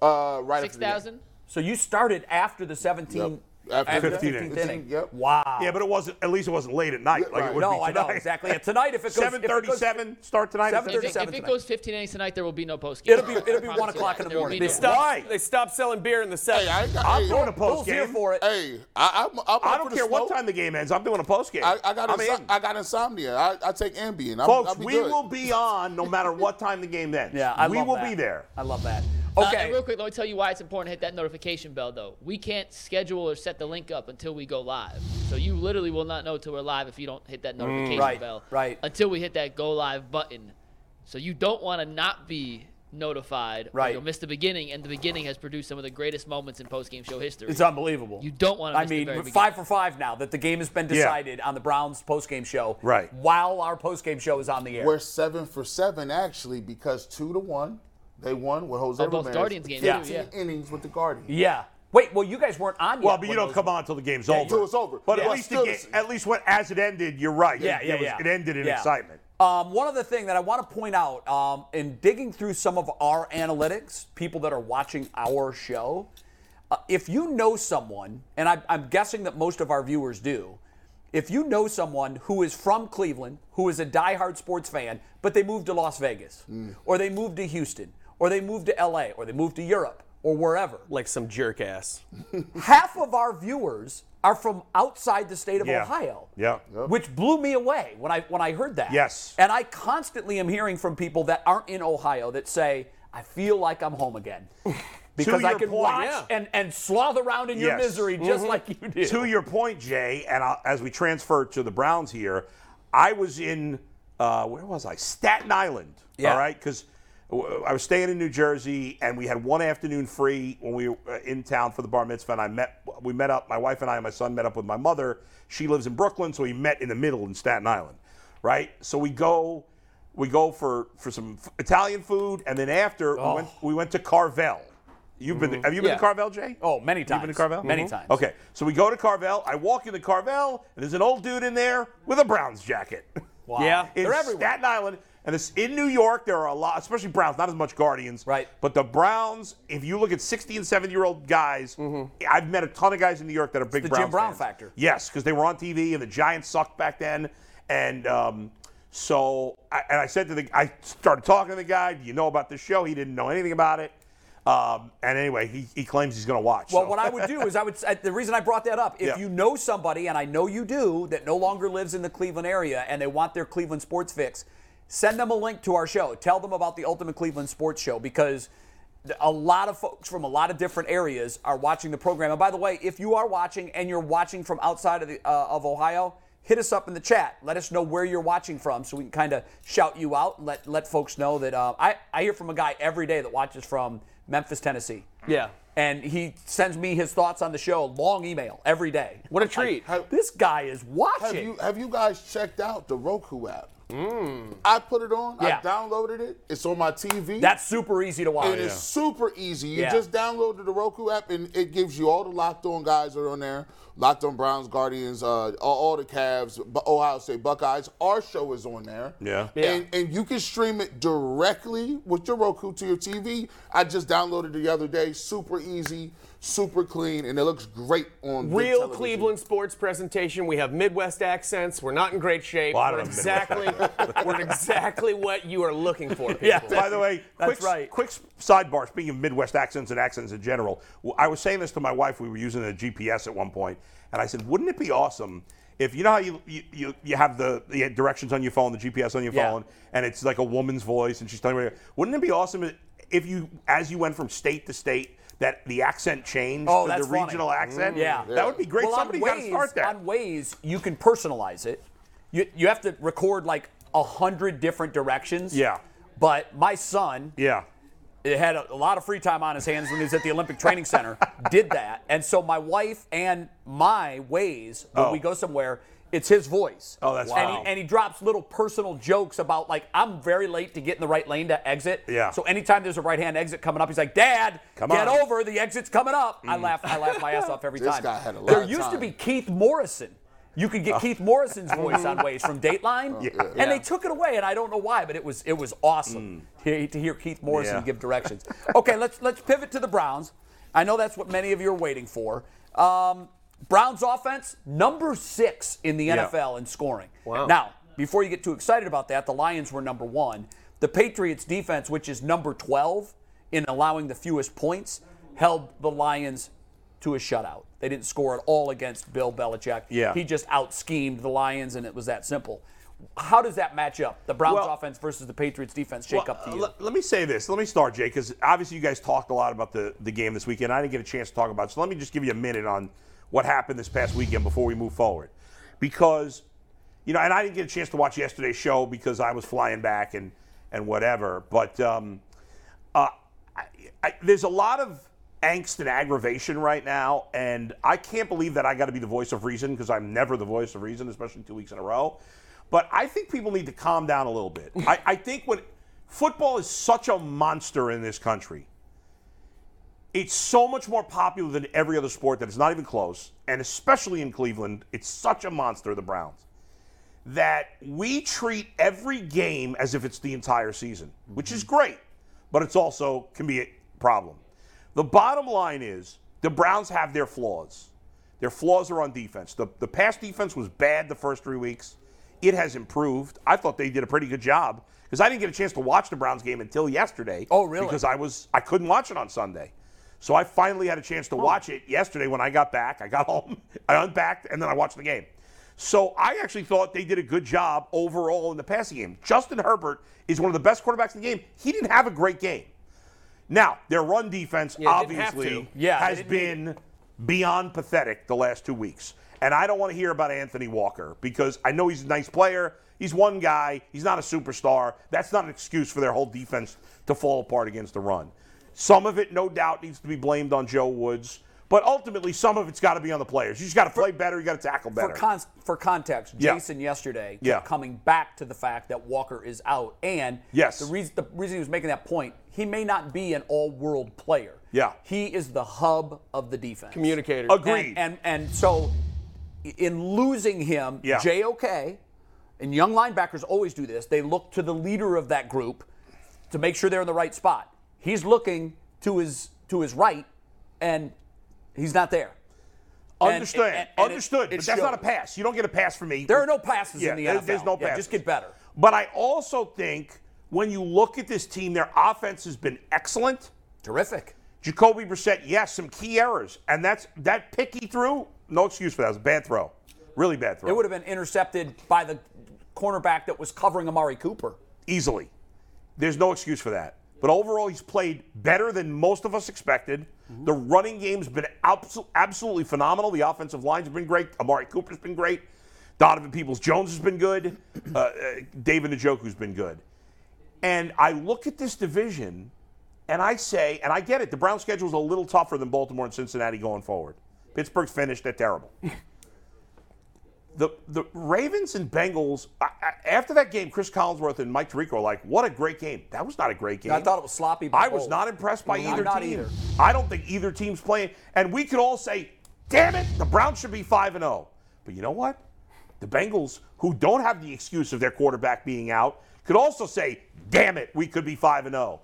uh, right. after the game. 6,000? So you started after the 17 Yep. After after the 15 15th inning. inning. Yep. Wow. Yeah, but it wasn't. At least it wasn't late at night. Like it Right. would no, be I know tonight. exactly. And tonight if it goes if it goes- 7:37 start tonight. at 7:37. If it, if it 37 goes 15 innings tonight, there will be no post game. It'll be it'll be one o'clock in the morning. They no- stopped. Why? They stopped selling beer in the Hey, second. I ain't got, I'm hey, going to post Bull's here game. for it. Hey, I, I'm, I'm I up don't for the care what smoke. time the game ends. I'm doing a post game. I, I got I'm insom- in. I got insomnia. I, I take Ambien. I'm, I'll Folks, be we good. will be on no matter what time the game ends. Yeah, I we love will that. be there. I love that. Uh, Okay. and real quick, let me tell you why it's important to hit that notification bell, though. We can't schedule or set the link up until we go live. So you literally will not know till we're live if you don't hit that notification Mm, Right, bell. right. Until we hit that go live button. So you don't want to not be notified. or Right. You'll miss the beginning, and the beginning has produced some of the greatest moments in post-game show history. It's unbelievable. You don't wanna I miss the mean, very we're five for five now that the game has been decided on the Browns postgame show. Right. While our postgame show is on the air. We're seven for seven actually because two to one, they won with Jose Oh, both Ramirez. Guardians games, Yeah. too, yeah. innings with the Guardians. yeah. Wait. Well, you guys weren't on yet. Well, but you when don't those- come on until the game's over. till it's over. But Yeah. at least the Still game, the same. at least when as it ended, you're right. Yeah, It- yeah, it, was- yeah. it ended in Yeah. excitement. Um, one other thing that I want to point out um, in digging through some of our analytics, people that are watching our show, uh, if you know someone, and I, I'm guessing that most of our viewers do, if you know someone who is from Cleveland, who is a diehard sports fan, but they moved to Las Vegas, or they moved to Houston, or they moved to LA, or they moved to Europe, or wherever, Like some jerk ass. half of our viewers are from outside the state of Yeah. Ohio. Yeah. Yep. Which blew me away when I when I heard that. Yes. And I constantly am hearing from people that aren't in Ohio that say, I feel like I'm home again. Because I your can point, watch yeah. Mm-hmm. and, and sloth around in your Yes. misery just like you do. to your point, Jay, and i as we transfer to the Browns here, I was in uh, where was I? Staten Island. Yeah. All right, because I was staying in New Jersey, and we had one afternoon free when we were uh, in town for the bar mitzvah. And I met, we met up. My wife and I and my son met up with my mother. She lives in Brooklyn, so we met in the middle in Staten Island. Right, so we go. We go for, for some f- Italian food, and then after we, went, we went to Carvel. You've been have you been Oh. Mm-hmm. Yeah. to Carvel, Jay? Oh, many times. You've been to Carvel? Many times. Okay, so we go to Carvel. I walk into Carvel, and there's an old dude in there with a Browns jacket. Wow. Yeah. in They're everywhere. Staten Island. And it's in New York, there are a lot, especially Browns, not as much Guardians. Right. But the Browns, if you look at 60 and 70 year old guys, I've met a ton of guys in New York that are big Mm-hmm. the Browns Jim Brown fans. factor. Yes, because they were on TV and the Giants sucked back then. And um, so, I, and I said to the, I started talking to the guy. Do you know about this show? He didn't know anything about it. Um, and anyway, he, he claims he's going to watch. Well, so. what I would do is I would. s- The reason I brought that up, if Yeah. you know somebody, and I know you do, that no longer lives in the Cleveland area and they want their Cleveland sports fix, send them a link to our show. Tell them about the Ultimate Cleveland Sports Show because th- a lot of folks from a lot of different areas are watching the program. And by the way, if you are watching and you're watching from outside of the uh, of Ohio. Hit us up in the chat. Let us know where you're watching from, so we can kind of shout you out. And let let folks know that uh, I I hear from a guy every day that watches from Memphis, Tennessee Yeah. and he sends me his thoughts on the show, long email every day. What a treat. This guy is Have watching. you have you guys checked out the Roku app? I put it on. Yeah. I downloaded it. It's on my TV. That's super easy to watch. and it's super easy. You Yeah. just download the Roku app, and it gives you all the Locked On guys that are on there. Locked On Browns, Guardians, uh, all, all the Cavs, Bu- Ohio State Buckeyes. Our show is on there. Yeah. And, and you can stream it directly with your Roku to your TV. I just downloaded it the other day. Super easy, super clean, and it looks great on big Real television. Cleveland sports presentation. We have Midwest accents. We're not in great shape. Well, I don't we're have Midwest exactly we're exactly what you are looking for. People. By the way, That's quick, right. quick sidebar. Speaking of Midwest accents and accents in general, w- I was saying this to my wife. We were using a GPS at one point, and I said, "Wouldn't it be awesome if you know how you you, you, you have the, the directions on your phone, the GPS on your Yeah. phone, and it's like a woman's voice, and she's telling you, wouldn't it be awesome if you, as you went from state to state, that the accent changed Oh, to that's the funny. Mm. regional accent? yeah. that would be great. Well, Somebody on got to Waze- start that. On Waze, you can personalize it. You, you have to record like a hundred different directions. Yeah. But my son yeah. it had a, a lot of free time on his hands when he was at the Olympic Training Center, did that. And so my wife and my ways when Oh. we go somewhere, it's his voice. Oh, that's and wow. he, and he drops little personal jokes about like I'm very late to get in the right lane to exit. Yeah. So anytime there's a right hand exit coming up, he's like, Dad, Come get on." Mm. over, the exit's coming up. I laugh, I laugh my ass off every This time. guy had a lot there of used to time. be Keith Morrison. You could get Oh. Keith Morrison's voice on Waze from Dateline, and they took it away, and I don't know why, but it was it was awesome to, to hear Keith Morrison Mm. Yeah. give directions. okay, let's let's pivot to the Browns. I know that's what many of you are waiting for. Um, Browns offense number six in the Yeah. NFL in scoring. Wow. Now, before you get too excited about that, the Lions were number one. The Patriots defense, which is number twelve in allowing the fewest points, held the Lions to a shutout. They didn't score at all against Bill Belichick. Yeah. He just out schemed the Lions, and it was that simple. How does that match up? The Browns Well- offense versus the Patriots defense shake Well, up to uh, you. le- let me say this. Let me start, Jay, because obviously you guys talked a lot about the, the game this weekend. I didn't get a chance to talk about it. So let me just give you a minute on what happened this past weekend before we move forward. Because, you know, and I didn't get a chance to watch yesterday's show because I was flying back and, and whatever. But um, uh, I, I, there's a lot of angst and aggravation right now. And I can't believe that I got to be the voice of reason because I'm never the voice of reason, especially two weeks in a row. But I think people need to calm down a little bit. I, I think when football is such a monster in this country, it's so much more popular than every other sport that it's not even close. And especially in Cleveland, it's such a monster, the Browns that we treat every game as if it's the entire season, which is great, but it's also can be a problem. The bottom line is the Browns have their flaws. Their flaws are on defense. The, the pass defense was bad the first three weeks. It has improved. I thought they did a pretty good job because I didn't get a chance to watch the Browns game until yesterday. Oh, really? Because I was I couldn't watch it on Sunday, so I finally had a chance to watch it yesterday when I got back. I got home, I unpacked, and then I watched the game. So I actually thought they did a good job overall in the passing game. Justin Herbert is one of the best quarterbacks in the game. He didn't have a great game. Now their run defense Yeah, didn't have obviously to. Yeah, has they didn't need been beyond pathetic the last two weeks. And I don't want to hear about Anthony Walker because I know he's a nice player. He's one guy. He's not a superstar. That's not an excuse for their whole defense to fall apart against the run. Some of it, no doubt, needs to be blamed on Joe Woods. But ultimately, some of it's got to be on the players. You just got to play better. You got to tackle better. For, con- for context, Yeah. Jason yesterday kept Yeah. coming back to the fact that Walker is out, and Yes. the reason the reason he was making that point, he may not be an all-world player. Yeah. he is the hub of the defense. Communicator. Agreed. And, and and so, in losing him, Yeah. JOK and young linebackers always do this. They look to the leader of that group to make sure they're in the right spot. He's looking to his to his right, and he's not there. And- Understood. and- and it- Understood. it but that's not a shows. pass. You don't get a pass from me. There are no passes in the there- NFL. There's no Yeah, passes. just get better. But I also think when you look at this team, their offense has been excellent. Terrific. Jacoby Brissett, yes, some key errors, and that's that pick he threw. No excuse for that. It was a bad throw, really bad throw. It would have been intercepted by the cornerback that was covering Amari Cooper. easily. There's no excuse for that. But overall, he's played better than most of us expected. The running game's been abso- absolutely phenomenal. The offensive line's been great. Amari Cooper's been great. Donovan Peoples Jones has been good. Uh, uh, David Njoku's been good. And I look at this division and I say, and I get it, the Browns' schedule's a little tougher than Baltimore and Cincinnati going forward. Pittsburgh's finished, they're terrible. the the Ravens and Bengals I, I- after that game, Chris Collinsworth and Mike Tirico are like, "What a great game! That was not a great game. I thought it was sloppy by I was both. not impressed by No, I'm either not team. either. I don't think either team's playing. And we could all say, "Damn it, the Browns should be five and zero." But you know what? The Bengals, who don't have the excuse of their quarterback being out, could also say, "Damn it, we could be five and zero."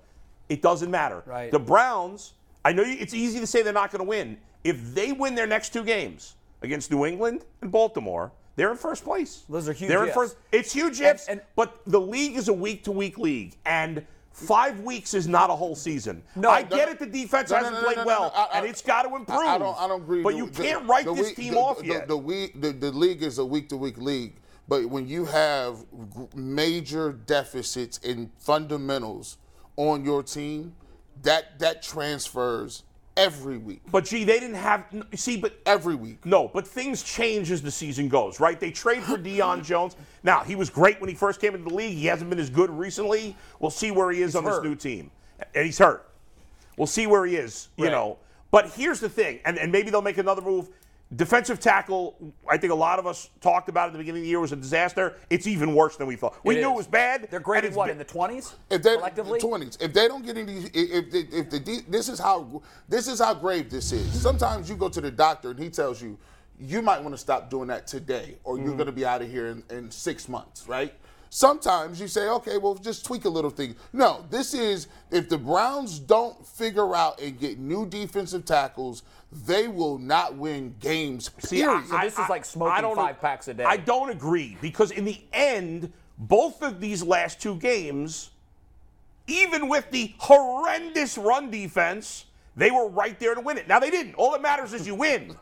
It doesn't matter. Right. The Browns, I know you- it's easy to say they're not going to win. If they win their next two games against New England and Baltimore, they're in first place. Those are huge They're in ifs. first. It's huge ifs, and- but the league is a week-to-week league, and five weeks is not a whole season. No, I no, get it. The defense No, no, hasn't no, no, played no, no, well, no. I- and I- it's got to improve. I, I don't. I don't agree. But The- you the- can't write the this week- team the- off the, yet. The, we- the, the league is a week to week league. But when you have g- major deficits in fundamentals on your team, that that transfers every week. but gee, they didn't have. n- See, but eh, Every week. No, but things change as the season goes, right? They trade for Deion Jones. Now, he was great when he first came into the league. He hasn't been as good recently. We'll see where he is on hurt. this new team. And he's hurt. We'll see where he is, you Right. know. But here's the thing, and, and maybe they'll make another move. Defensive tackle, I think a lot of us talked about at the beginning of the year was a disaster. It's even worse than we thought. We It knew is. it was bad. They're and graded it's what been- in the twenties If they collectively. the 20s, if they don't get any, if they, if the de- this is how this is how grave this is. Sometimes you go to the doctor and he tells you, you might want to stop doing that today, or Mm. you're going to be out of here in, in six months, right? Sometimes you say, okay, well, just tweak a little thing. No, this is if the Browns don't figure out and get new defensive tackles, they will not win games. See, I- period. So this is like smoking don't- five packs a day. I don't agree because in the end, both of these last two games, even with the horrendous run defense, they were right there to win it. Now they didn't. All that matters is you win.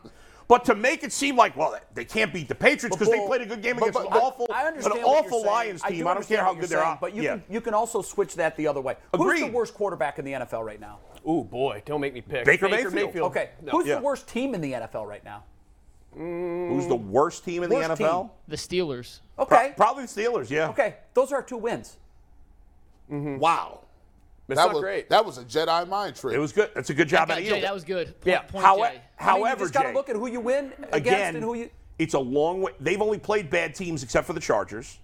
But to make it seem like, well, they can't beat the Patriots because they Bull, played a good game but- against but an awful, I an understand what awful you're saying. Lions team. I, do don't care understand how what good you're they're saying, at. But you yeah. can you can also switch that the other way. Who's Agreed. the worst quarterback in the NFL right now? Ooh boy, don't make me pick. Baker Mayfield. Okay. Who's Yeah. the worst team in the NFL right now? Who's the worst team in Worst the NFL? team. The Pro- Steelers. Okay. Probably the Steelers, yeah. okay. Those are our two wins. wow, It's that not was great. that was a Jedi mind trick. It was good. That's a good job God, out of Jay, you. that was good. Point, Yeah. point How- e-, Jay. I mean, however, you just got Jay, to look at who you win against again, and who you. it's a long way. They've only played bad teams except for the Chargers.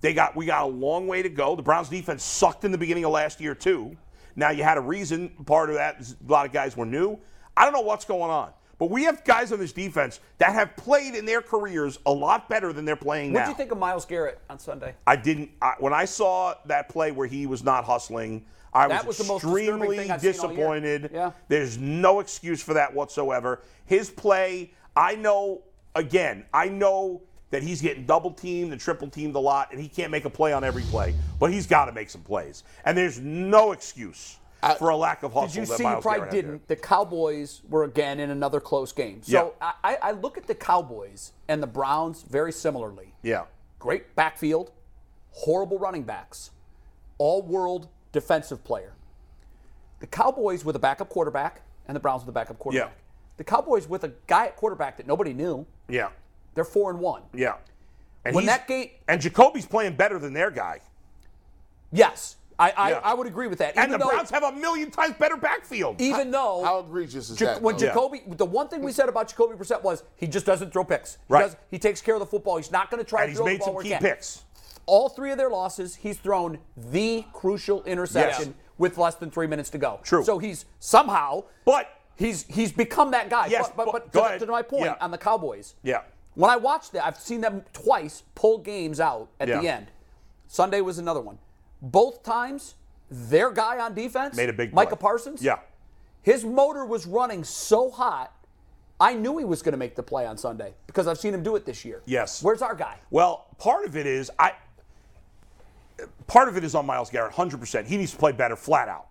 They got we got a long way to go. The Browns defense sucked in the beginning of last year too. Now you had a reason. Part of that is a lot of guys were new. I don't know what's going on, But we have guys on this defense that have played in their careers a lot better than they're playing What now. did you think of Miles Garrett on Sunday? I didn't. I, when I saw that play where he was not hustling, I That was, was the most disturbing extremely thing I've seen all year. disappointed. Yeah. There's no excuse for that whatsoever. His play, I know. Again, I know that he's getting double teamed and triple teamed a lot, and he can't make a play on every play. But he's got to make some plays, and there's no excuse I- for a lack of hustle. Did you that see? You Miles probably Garrett had there. didn't. The Cowboys were again in another close game. So Yeah. I, I look at the Cowboys and the Browns very similarly. Yeah. Great backfield, horrible running backs, all world defensive player. The Cowboys with a backup quarterback and the Browns with a backup quarterback. The Cowboys with a guy at quarterback that nobody knew. Yeah. They're four and one. Yeah. And When he's- that gate- and Jacoby's playing better than their guy. Yes, I I, Yeah. I would agree with that. And the though- Browns have a million times better backfield. even though How egregious is Ja- that? When though? Jacoby, the one thing we said about Jacoby Brissett was he just doesn't throw picks. He, Right. does- he takes care of the football. He's not going to try and to he's throw the made ball some where he key can. picks. All three of their losses, he's thrown the crucial interception Yes. with less than three minutes to go. True. So he's somehow, But- he's he's become that guy. Yes, but but, but- but go to, ahead. to my point Yeah. on the Cowboys. Yeah. When I watched that, I've seen them twice pull games out at the Yeah. end. Sunday was another one. Both times, their guy on defense Made a big Micah play. Parsons. Yeah. His motor was running so hot, I knew he was going to make the play on Sunday because I've seen him do it this year. Yes. Where's our guy? Well, part of it is I. Part of it is on Miles Garrett, 100%. He needs to play better, flat out.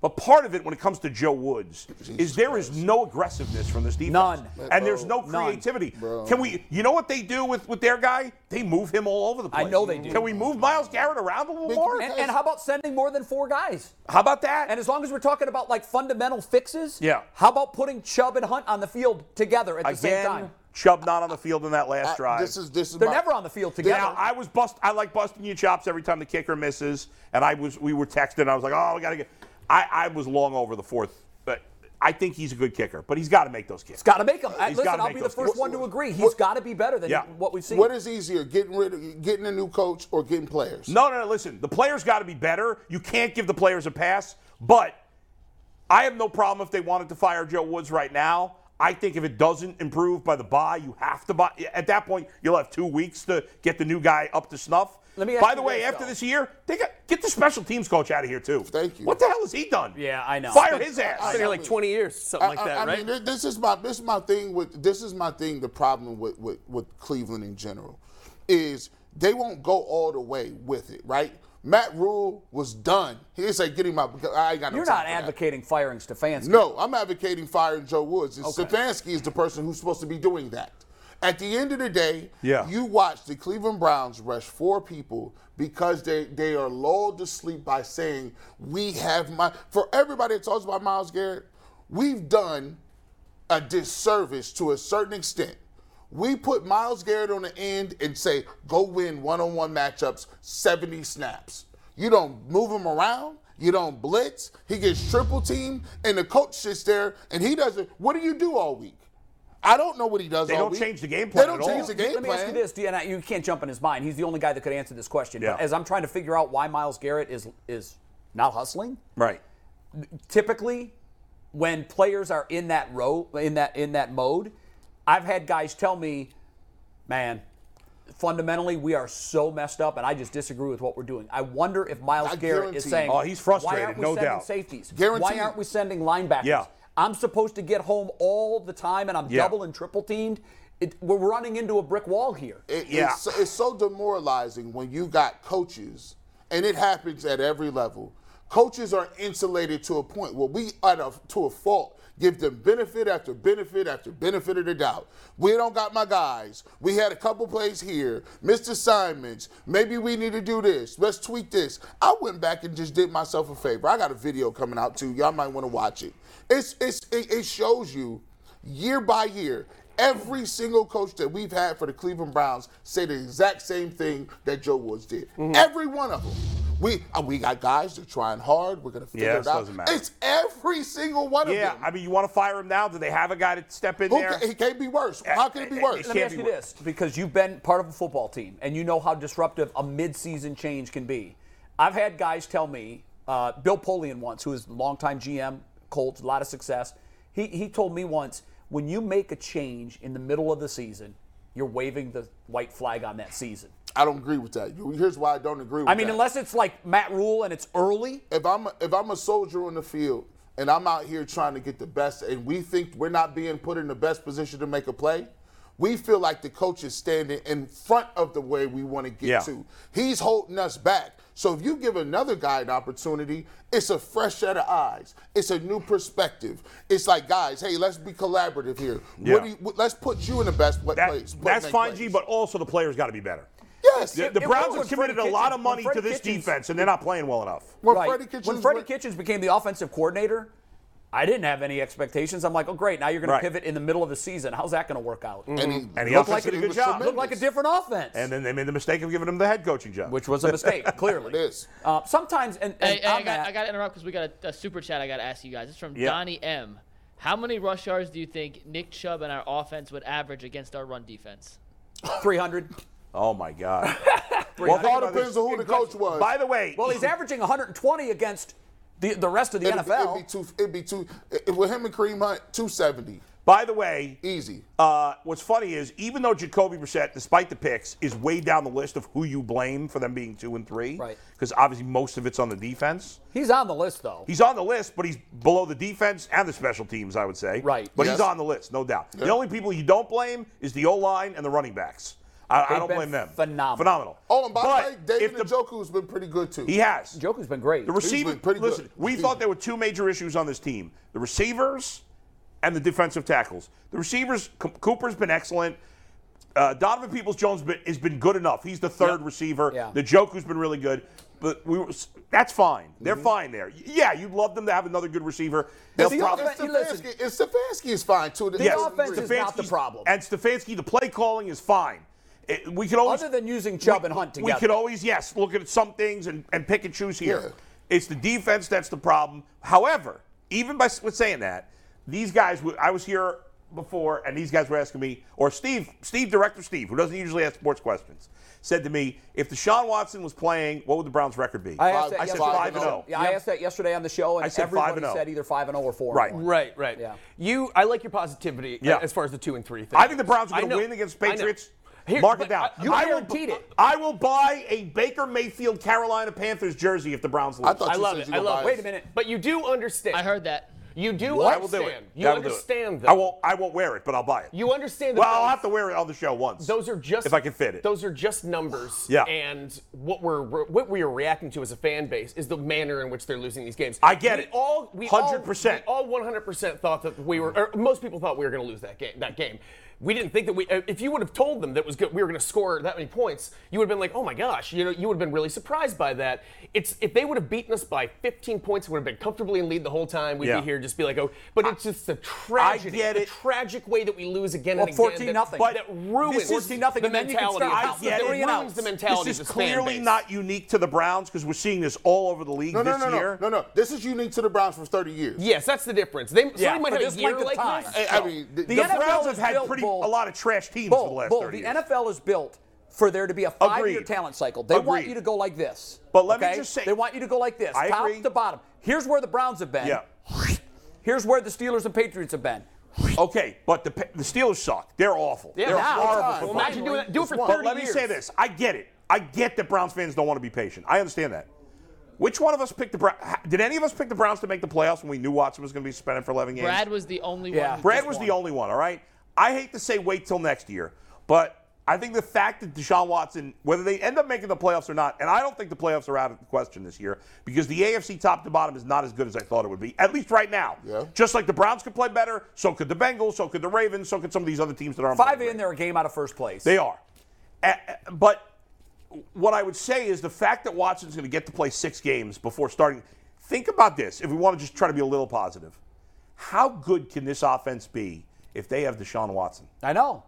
But part of it, when it comes to Joe Woods, is there is no aggressiveness from this defense. None. And there's no None. creativity. Can we? You know what they do with with their guy? They move him all over the I place. know they do. Can we move Miles Garrett around a little Big- more? And, and how about sending more than four guys? How about that? And as long as we're talking about like fundamental fixes, Yeah. How about putting Chubb and Hunt on the field together at the same Again, time? Chubb not on the field in that last drive. Uh, This is this is They're my- never on the field together. Now I was bust. I like busting you chops every time the kicker misses, and I was we were texting. I was like, oh, we gotta get. I, I was long over the fourth, but I think he's a good kicker, but he's got to make those kicks. Got to make him. I- He's Listen, gotta I'll make be the those first kicks. one to agree. He's got to be better than Yeah. what we've seen. What is easier, getting rid of getting a new coach or getting players? No, no, no. Listen, the players got to be better. You can't give the players a pass, but I have no problem if they wanted to fire Joe Woods right now. I think if it doesn't improve by the bye, you have to buy. At that point, you'll have two weeks to get the new guy up to snuff. Let me ask by you the way, this, after though. this year, they got, get the special teams coach out of here too. Thank you. What the hell has he done? Yeah, I know. Fire his ass. Been here like 20 years, something like that, I, I right? mean, th- this is my this is my thing with this is my thing. The problem with with, with Cleveland in general is they won't go all the way with it, right? Matt Rule was done. He didn't say get him out because I ain't got no You're time not for that." advocating firing Stefanski. No, I'm advocating firing Joe Woods. And Stefanski is the person who's supposed to be doing that. At the end of the day, Yeah. you watch the Cleveland Browns rush four people because they, they are lulled to sleep by saying, We have my. For everybody that talks about Miles Garrett, we've done a disservice to a certain extent. We put Miles Garrett on the end and say, go win one on one matchups, 70 snaps. You don't move him around. You don't blitz. He gets triple teamed, and the coach sits there and he doesn't. What do you do all week? I don't know what he does They all don't week. change the game They plan at don't all. change the game Let me plan. ask you this, Deanna. You can't jump in his mind. He's the only guy that could answer this question. Yeah. But as I'm trying to figure out why Miles Garrett is is not hustling, Right. typically when players are in that row in that in that mode, I've had guys tell me, "Man, fundamentally we are so messed up, and I just disagree with what we're doing." I wonder if Miles I Garrett is guarantee- saying, Oh, he's Why frustrated, aren't we no sending doubt. Safeties. Why Guaranteed. aren't we sending linebackers? Yeah. I'm supposed to get home all the time, and I'm Yeah. double and triple teamed. It, we're running into a brick wall here. It- Yeah. it's, so- it's so demoralizing when you got coaches, and it happens at every level. Coaches are insulated to a point where we, at a, to a fault, give them benefit after benefit after benefit of the doubt. We don't got my guys. We had a couple plays here, missed assignments. Maybe we need to do this. Let's tweak this. I went back and just did myself a favor. I got a video coming out too. Y'all might want to watch it. It's, it's, it, it shows you year by year. Every single coach that we've had for the Cleveland Browns say the exact same thing that Joe Woods did. Mm-hmm. Every one of them. We uh, we got guys. They're trying hard. We're gonna figure Yeah, it it out. doesn't matter. It's every single one Yeah. of them. I mean, you want to fire him now? Do they have a guy to step in Who there? ca- he can't be worse. How can it be worse? Let me can't ask be you wor- this, because you've been part of a football team and you know how disruptive a mid-season change can be. I've had guys tell me, uh, Bill Polian once, who is longtime GM, Colts, a lot of success. He he told me once, when you make a change in the middle of the season, you're waving the white flag on that season. I don't agree with that. Here's why I don't agree with I mean, that. unless it's like Matt Rule and it's early. if I'm if I'm a soldier on the field and I'm out here trying to get the best, and we think we're not being put in the best position to make a play, we feel like the coach is standing in front of the way we want to get Yeah. to. He's holding us back. So if you give another guy an opportunity, it's a fresh set of eyes. It's a new perspective. It's like, guys, hey, let's be collaborative here. Yeah. What do you, what- let's put you in the best pla- That- place. that's make fine, G, plays. but also the players got to be better. yes, The, the it Browns have was when committed a Freddie lot Kitchens- of money when to Freddie this Kitchens- defense, and they're not playing well enough. when Right. Freddie Kitchens, when Freddie went- Kitchens became the offensive coordinator, I didn't have any expectations. I'm like, oh great, now you're going Right. to pivot in the middle of the season. How's that going to work out? and he, And he looked also did a he good was job. tremendous. Looked like a different offense, And then they made the mistake of giving him the head coaching job. which was a mistake, clearly. It is. Uh, sometimes, and, and Hey, hey, on I, got, that, I got to interrupt because we got a, a super chat I got to ask you guys. It's from Yeah. Donnie M. How many rush yards do you think Nick Chubb and our offense would average against our run defense? 300. oh, my God. It all depends on who the coach was. By the way, Well, he's averaging 120 against the, the rest of the It'd be- NFL. It'd be two. It'd be two. it- With him and Kareem Hunt, two seventy, by the way, easy. Uh, what's funny is even though Jacoby Brissett, despite the picks, is way down the list of who you blame for them being two and three, Right. Because obviously most of it's on the defense. he's on the list, though. He's on the list, but he's below the defense and the special teams, I would say. Right. But Yes. he's on the list, no doubt. The only people you don't blame is the O line and the running backs. I, I They've don't been blame them. phenomenal. Phenomenal. Oh, and by But the way, David if the- Njoku's been pretty good too. He has. Joker's been great. The receiver. been pretty good. listen, we He's- thought there were two major issues on this team: the receivers and the defensive tackles. The receivers, Co- Cooper's been excellent. Uh, Donovan Peoples-Jones been, has been good enough. He's the third receiver. Yeah. The Joku's been really good, but we were, that's fine. They're fine there. Y- Yeah, you'd love them to have another good receiver. They'll the probably- offense- And listen. Stefanski, and Stefanski is fine too. The offense is not the Stefanski's- problem. And Stefanski, the play calling is fine. It- we could always Other than using Chubb we- and Hunt We together. could always, yes, look at some things and, and pick and choose here. Yeah. It's the defense that's the problem. However, even by s- with saying that, these guys, w- I was here before, and these guys were asking me, or Steve, Steve, director Steve, who doesn't usually ask sports questions, said to me, if Deshaun Watson was playing, what would the Browns' record be? asked Five- that I said yesterday. five and oh. Yeah, I asked that yesterday on the show, and I said five everybody and oh. said either 5 and 0 or 4. Right. And 1. Right, right. Yeah. You, I like your positivity Yeah. uh, as far as the two and three thing. I think the Browns I are going to know. win against I know. Patriots. Here, Mark it but down. I- you I will, guaranteed it. I will buy a Baker Mayfield Carolina Panthers jersey if the Browns lose. I thought I you love said it. you I were love. biased. Wait a minute. But you do understand. I heard that. You do I will do understand. it. You I will do it. understand I though. won't. I won't wear it, but I'll buy it. You understand that Well, I'll those- have to wear it on the show once. Those are just if I can fit it. Those are just numbers. Yeah. And what we're what we are reacting to as a fan base is the manner in which they're losing these games. I get we it. All we all- 100%. we All one hundred percent thought that we were. Or most people thought we were going to lose that game. That game. We didn't think that we. uh, If you would have told them that was good, we were going to score that many points, you would have been like, "Oh my gosh!" You know, you would have been really surprised by that. It's if they would have beaten us by 15 points, would have been comfortably in lead the whole time. We'd Yeah. be here, just be like, "Oh," but it's just the tragedy, get the it. tragic way that we lose again Well, and again. 14 that- nothing. That ruins This is- 14 nothing, the and then you can mentality. start of I how- get it it. ruins the mentality This is of this fan clearly base. not unique to the Browns because we're seeing this all over the league No, no, this no, no, year. no, no. This is unique to the Browns for thirty years. Yes, that's the difference. They Yeah, somebody might for have this a year length of like time. this. I, I mean, the, The, The NFL Browns have is had built, pretty Bull. a lot of trash teams for the Bull, last Bull, 30 the years. NFL is built for there to be a five-year Agreed. talent cycle. They want Agreed. you to go like this. But let me okay? just say- they want you to go like this, I top agree. to bottom. Here's where the Browns have been. Yeah. Here's where the Steelers and Patriots have been. Okay, but the, Pa- the Steelers suck. They're awful. They're now- horrible. Well, football Imagine doing that. Do it for 30 But let me years. say this: I get it. I get that Browns fans don't want to be patient. I understand that. Which one of us picked the Browns? Did any of us pick the Browns to make the playoffs when we knew Watson was going to be suspended for 11 games? Brad was the only Yeah. one. who Brad just was the won. only one. All right. I hate to say wait till next year, but I think the fact that Deshaun Watson, whether they end up making the playoffs or not, and I don't think the playoffs are out of the question this year because the AFC top to bottom is not as good as I thought it would be, at least right now. Yeah. Just like the Browns could play better, so could the Bengals, so could the Ravens, so could some of these other teams that aren't playing Five great. in, they're a game out of first place. They are. A- a- But what I would say is the fact that Watson's going to get to play six games before starting. Think about this if we want to just try to be a little positive. How good can this offense be if they have Deshaun Watson? I know.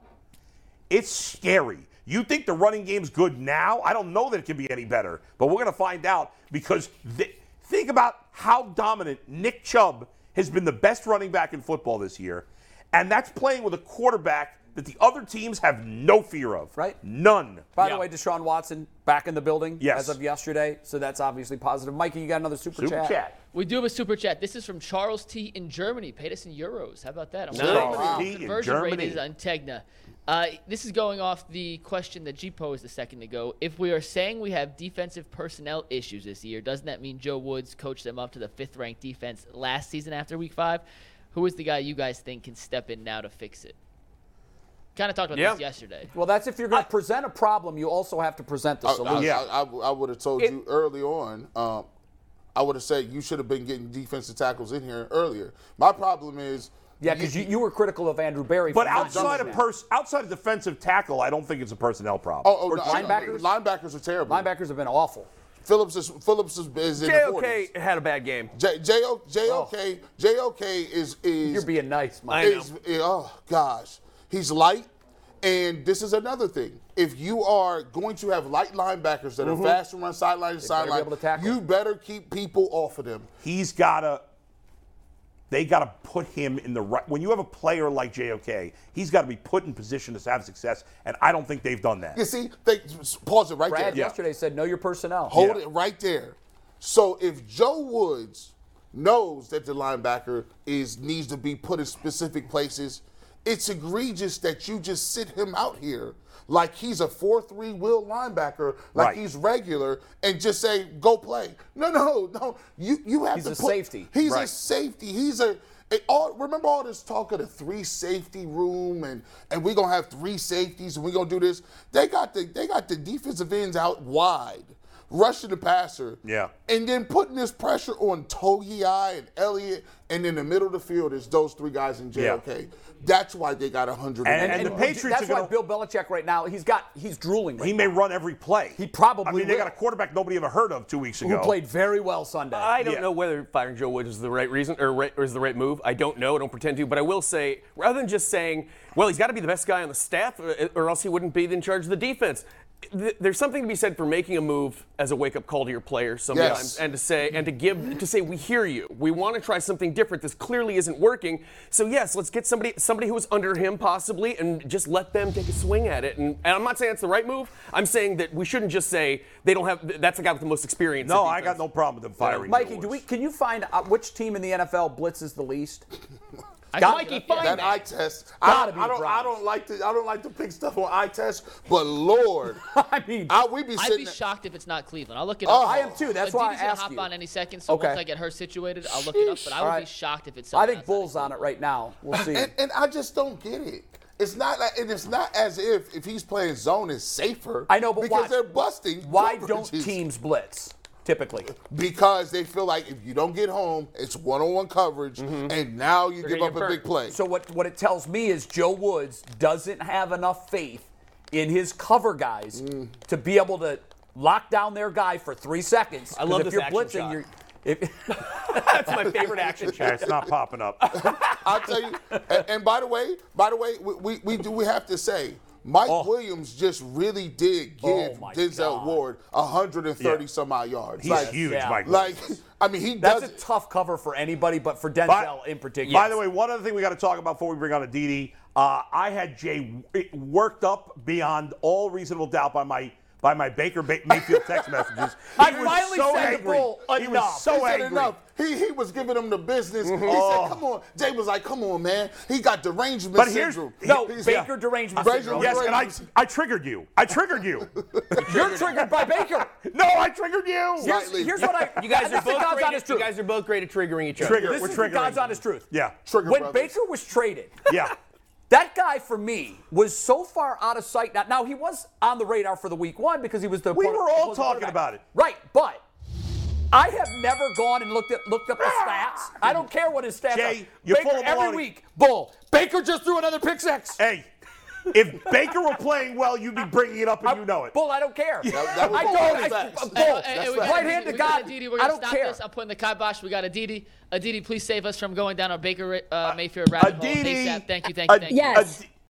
It's scary. You think the running game's good now? I don't know that it can be any better, but we're going to find out because th- think about how dominant Nick Chubb has been the best running back in football this year, and that's playing with a quarterback that the other teams have no fear of. Right. None. By Yeah. the way, Deshaun Watson back in the building Yes. as of yesterday, so that's obviously positive. Mikey, you got another super, Super chat. We do have a super chat. This is from Charles T in Germany. Paid us in euros. How about that? I'm Nice. wondering what Charles the T in conversion Germany. rate is on Tegna. Uh, this is going off the question that G posed a second ago. If we are saying we have defensive personnel issues this year, doesn't that mean Joe Woods coached them up to the fifth-ranked defense last season after Week Five? Who is the guy you guys think can step in now to fix it? Kind of talked about this Yeah. yesterday. Well, that's if you're going to present a problem, you also have to present the I, solution. Oh, uh, Yeah. I, would have told you early on. Um, I would have said you should have been getting defensive tackles in here earlier. My problem is, Yeah, because you, you were critical of Andrew Barry. But for not outside doing of that. pers- outside of defensive tackle, I don't think it's a personnel problem. oh, oh, no, linebackers? linebackers are terrible. linebackers have been awful. Phillips is Phillips is, is in the 40s. JOK had a bad game. J, JO JOK JOK is is Oh. You're being nice, Mike. I know. is oh gosh, he's light. And this is another thing. If you are going to have light linebackers that are fast and run sideline to Mm-hmm. better be sideline, able to tackle. you better keep people off of them. He's gotta. They gotta put him in the right. When you have a player like JOK, he's got to be put in position to have success, and I don't think they've done that. You see, they pause it right Brad there. yesterday said, know your personnel. Hold Yeah. it right there. So if Joe Woods knows that the linebacker is needs to be put in specific places, it's egregious that you just sit him out here like he's a 4-3 will linebacker, like Right. he's regular, and just say, go play. No, no, no. You you have He's to a put- safety. He's a Right. safety. He's a it all, remember all this talk of the three safety room and and we're gonna have three safeties and we're gonna do this. They got the they got the defensive ends out wide, rushing the passer. Yeah. And then putting this pressure on Togiai and Elliott, and in the middle of the field is those three guys in JOK. That's why they got hundred. And- and the And Patriots That's are why gonna- Bill Belichick right now, he's got, he's drooling. Right He now. may run every play. He probably I mean, they will. got a quarterback nobody ever heard of two weeks ago. who played very well Sunday. I don't Yeah. know whether firing Joe Woods is the right reason or, right, or is the right move. I don't know. I don't pretend to. But I will say, rather than just saying, well, he's got to be the best guy on the staff or, or else he wouldn't be in charge of the defense. th- There's something to be said for making a move as a wake-up call to your players sometimes, Yes. and to say and to give to say we hear you. We want to try something different. This clearly isn't working. So yes, let's get somebody somebody who is under him possibly, and just let them take a swing at it. And, and I'm not saying it's the right move. I'm saying that we shouldn't just say they don't have. That's the guy with the most experience. No, at I got defense. no problem with them firing. Mikey, Joe do we? Woods. Can you find out which team in the NFL blitzes the least? I Got can look Mikey, it up, yeah. that eye test. Gotta I, be I don't. I Browns. don't like to. I don't like to pick stuff on eye test. But Lord, I mean, I, we be I'd sitting. be there- shocked if it's not Cleveland. I'll look it Oh, up. I am too. That's why I Aditi's gonna asked hop you. on any second, so Okay. once I get her situated, I'll look it up. But I would Alright. be shocked if it's. I someone think outside of Bull's on it right now. We'll see. and, and I just don't get it. It's not like, and it's not as if if he's playing zone is safer. I know, but because why- they're busting. Why don't coverages. teams blitz typically? Because they feel like if you don't get home, it's one-on-one coverage, Mm-hmm. and now you give gonna up a get big burnt. play. So what? What it tells me is Joe Woods doesn't have enough faith in his cover guys Mm. to be able to lock down their guy for three seconds. I love 'Cause this if you're action blitzing, shot. you're. If, That's my favorite action shot. Yeah, it's not popping up. I'll tell you. And, and by the way, by the way, we, we, we do we have to say Mike Williams just really did Oh, give my Denzel God. Ward 130 Yeah. some odd yards. He's like, huge, yeah. Mike. Like I mean, he that's does. a it. tough cover for anybody, but for Denzel in particular. By the way, one other thing we got to talk about before we bring on Aditi, uh, I had Jay w- worked up beyond all reasonable doubt by my by my Baker Ba- Mayfield text messages. I He was finally so said the angry. bull He enough. was so He said angry. enough. He, he was giving him the business. He Oh. said, "Come on." Jay was like, "Come on, man. He got derangement But here's- syndrome." no, He's- Baker yeah. derangement. Brazier- syndrome. Yes, and I I triggered you. I triggered you. You're triggered by Baker. no, I triggered you. Here's, Slightly. here's what I. You guys are this is both God's great. honest At, you truth. guys are both great at triggering each other. Trigger. This We're is the triggering. God's honest truth. Yeah. Trigger when brothers. Baker was traded, Yeah. that guy for me was so far out of sight. Now, now he was on the radar for the week one because he was the. We quarter- were all was the talking quarterback. about it. Right, but I have never gone and looked at looked up the stats. I don't care what his stats Ah! Jay, are. you're Baker full of every baloney. week. Bull. Baker just threw another pick six. Hey, if Baker were playing well, you'd be bringing it up, and you know it. Bull, I don't care. that was I Bull. don't. I, Facts. Bull, Hey, hey, hey, we got right Aditi, hand to we got God. Aditi, we're I gonna don't stop care. This. I'm putting the kibosh. We got Aditi. Aditi, please save us from going down our Baker uh, Mayfield rabbit hole. Aditi. ASAP. Thank you, thank you, thank you. Yes.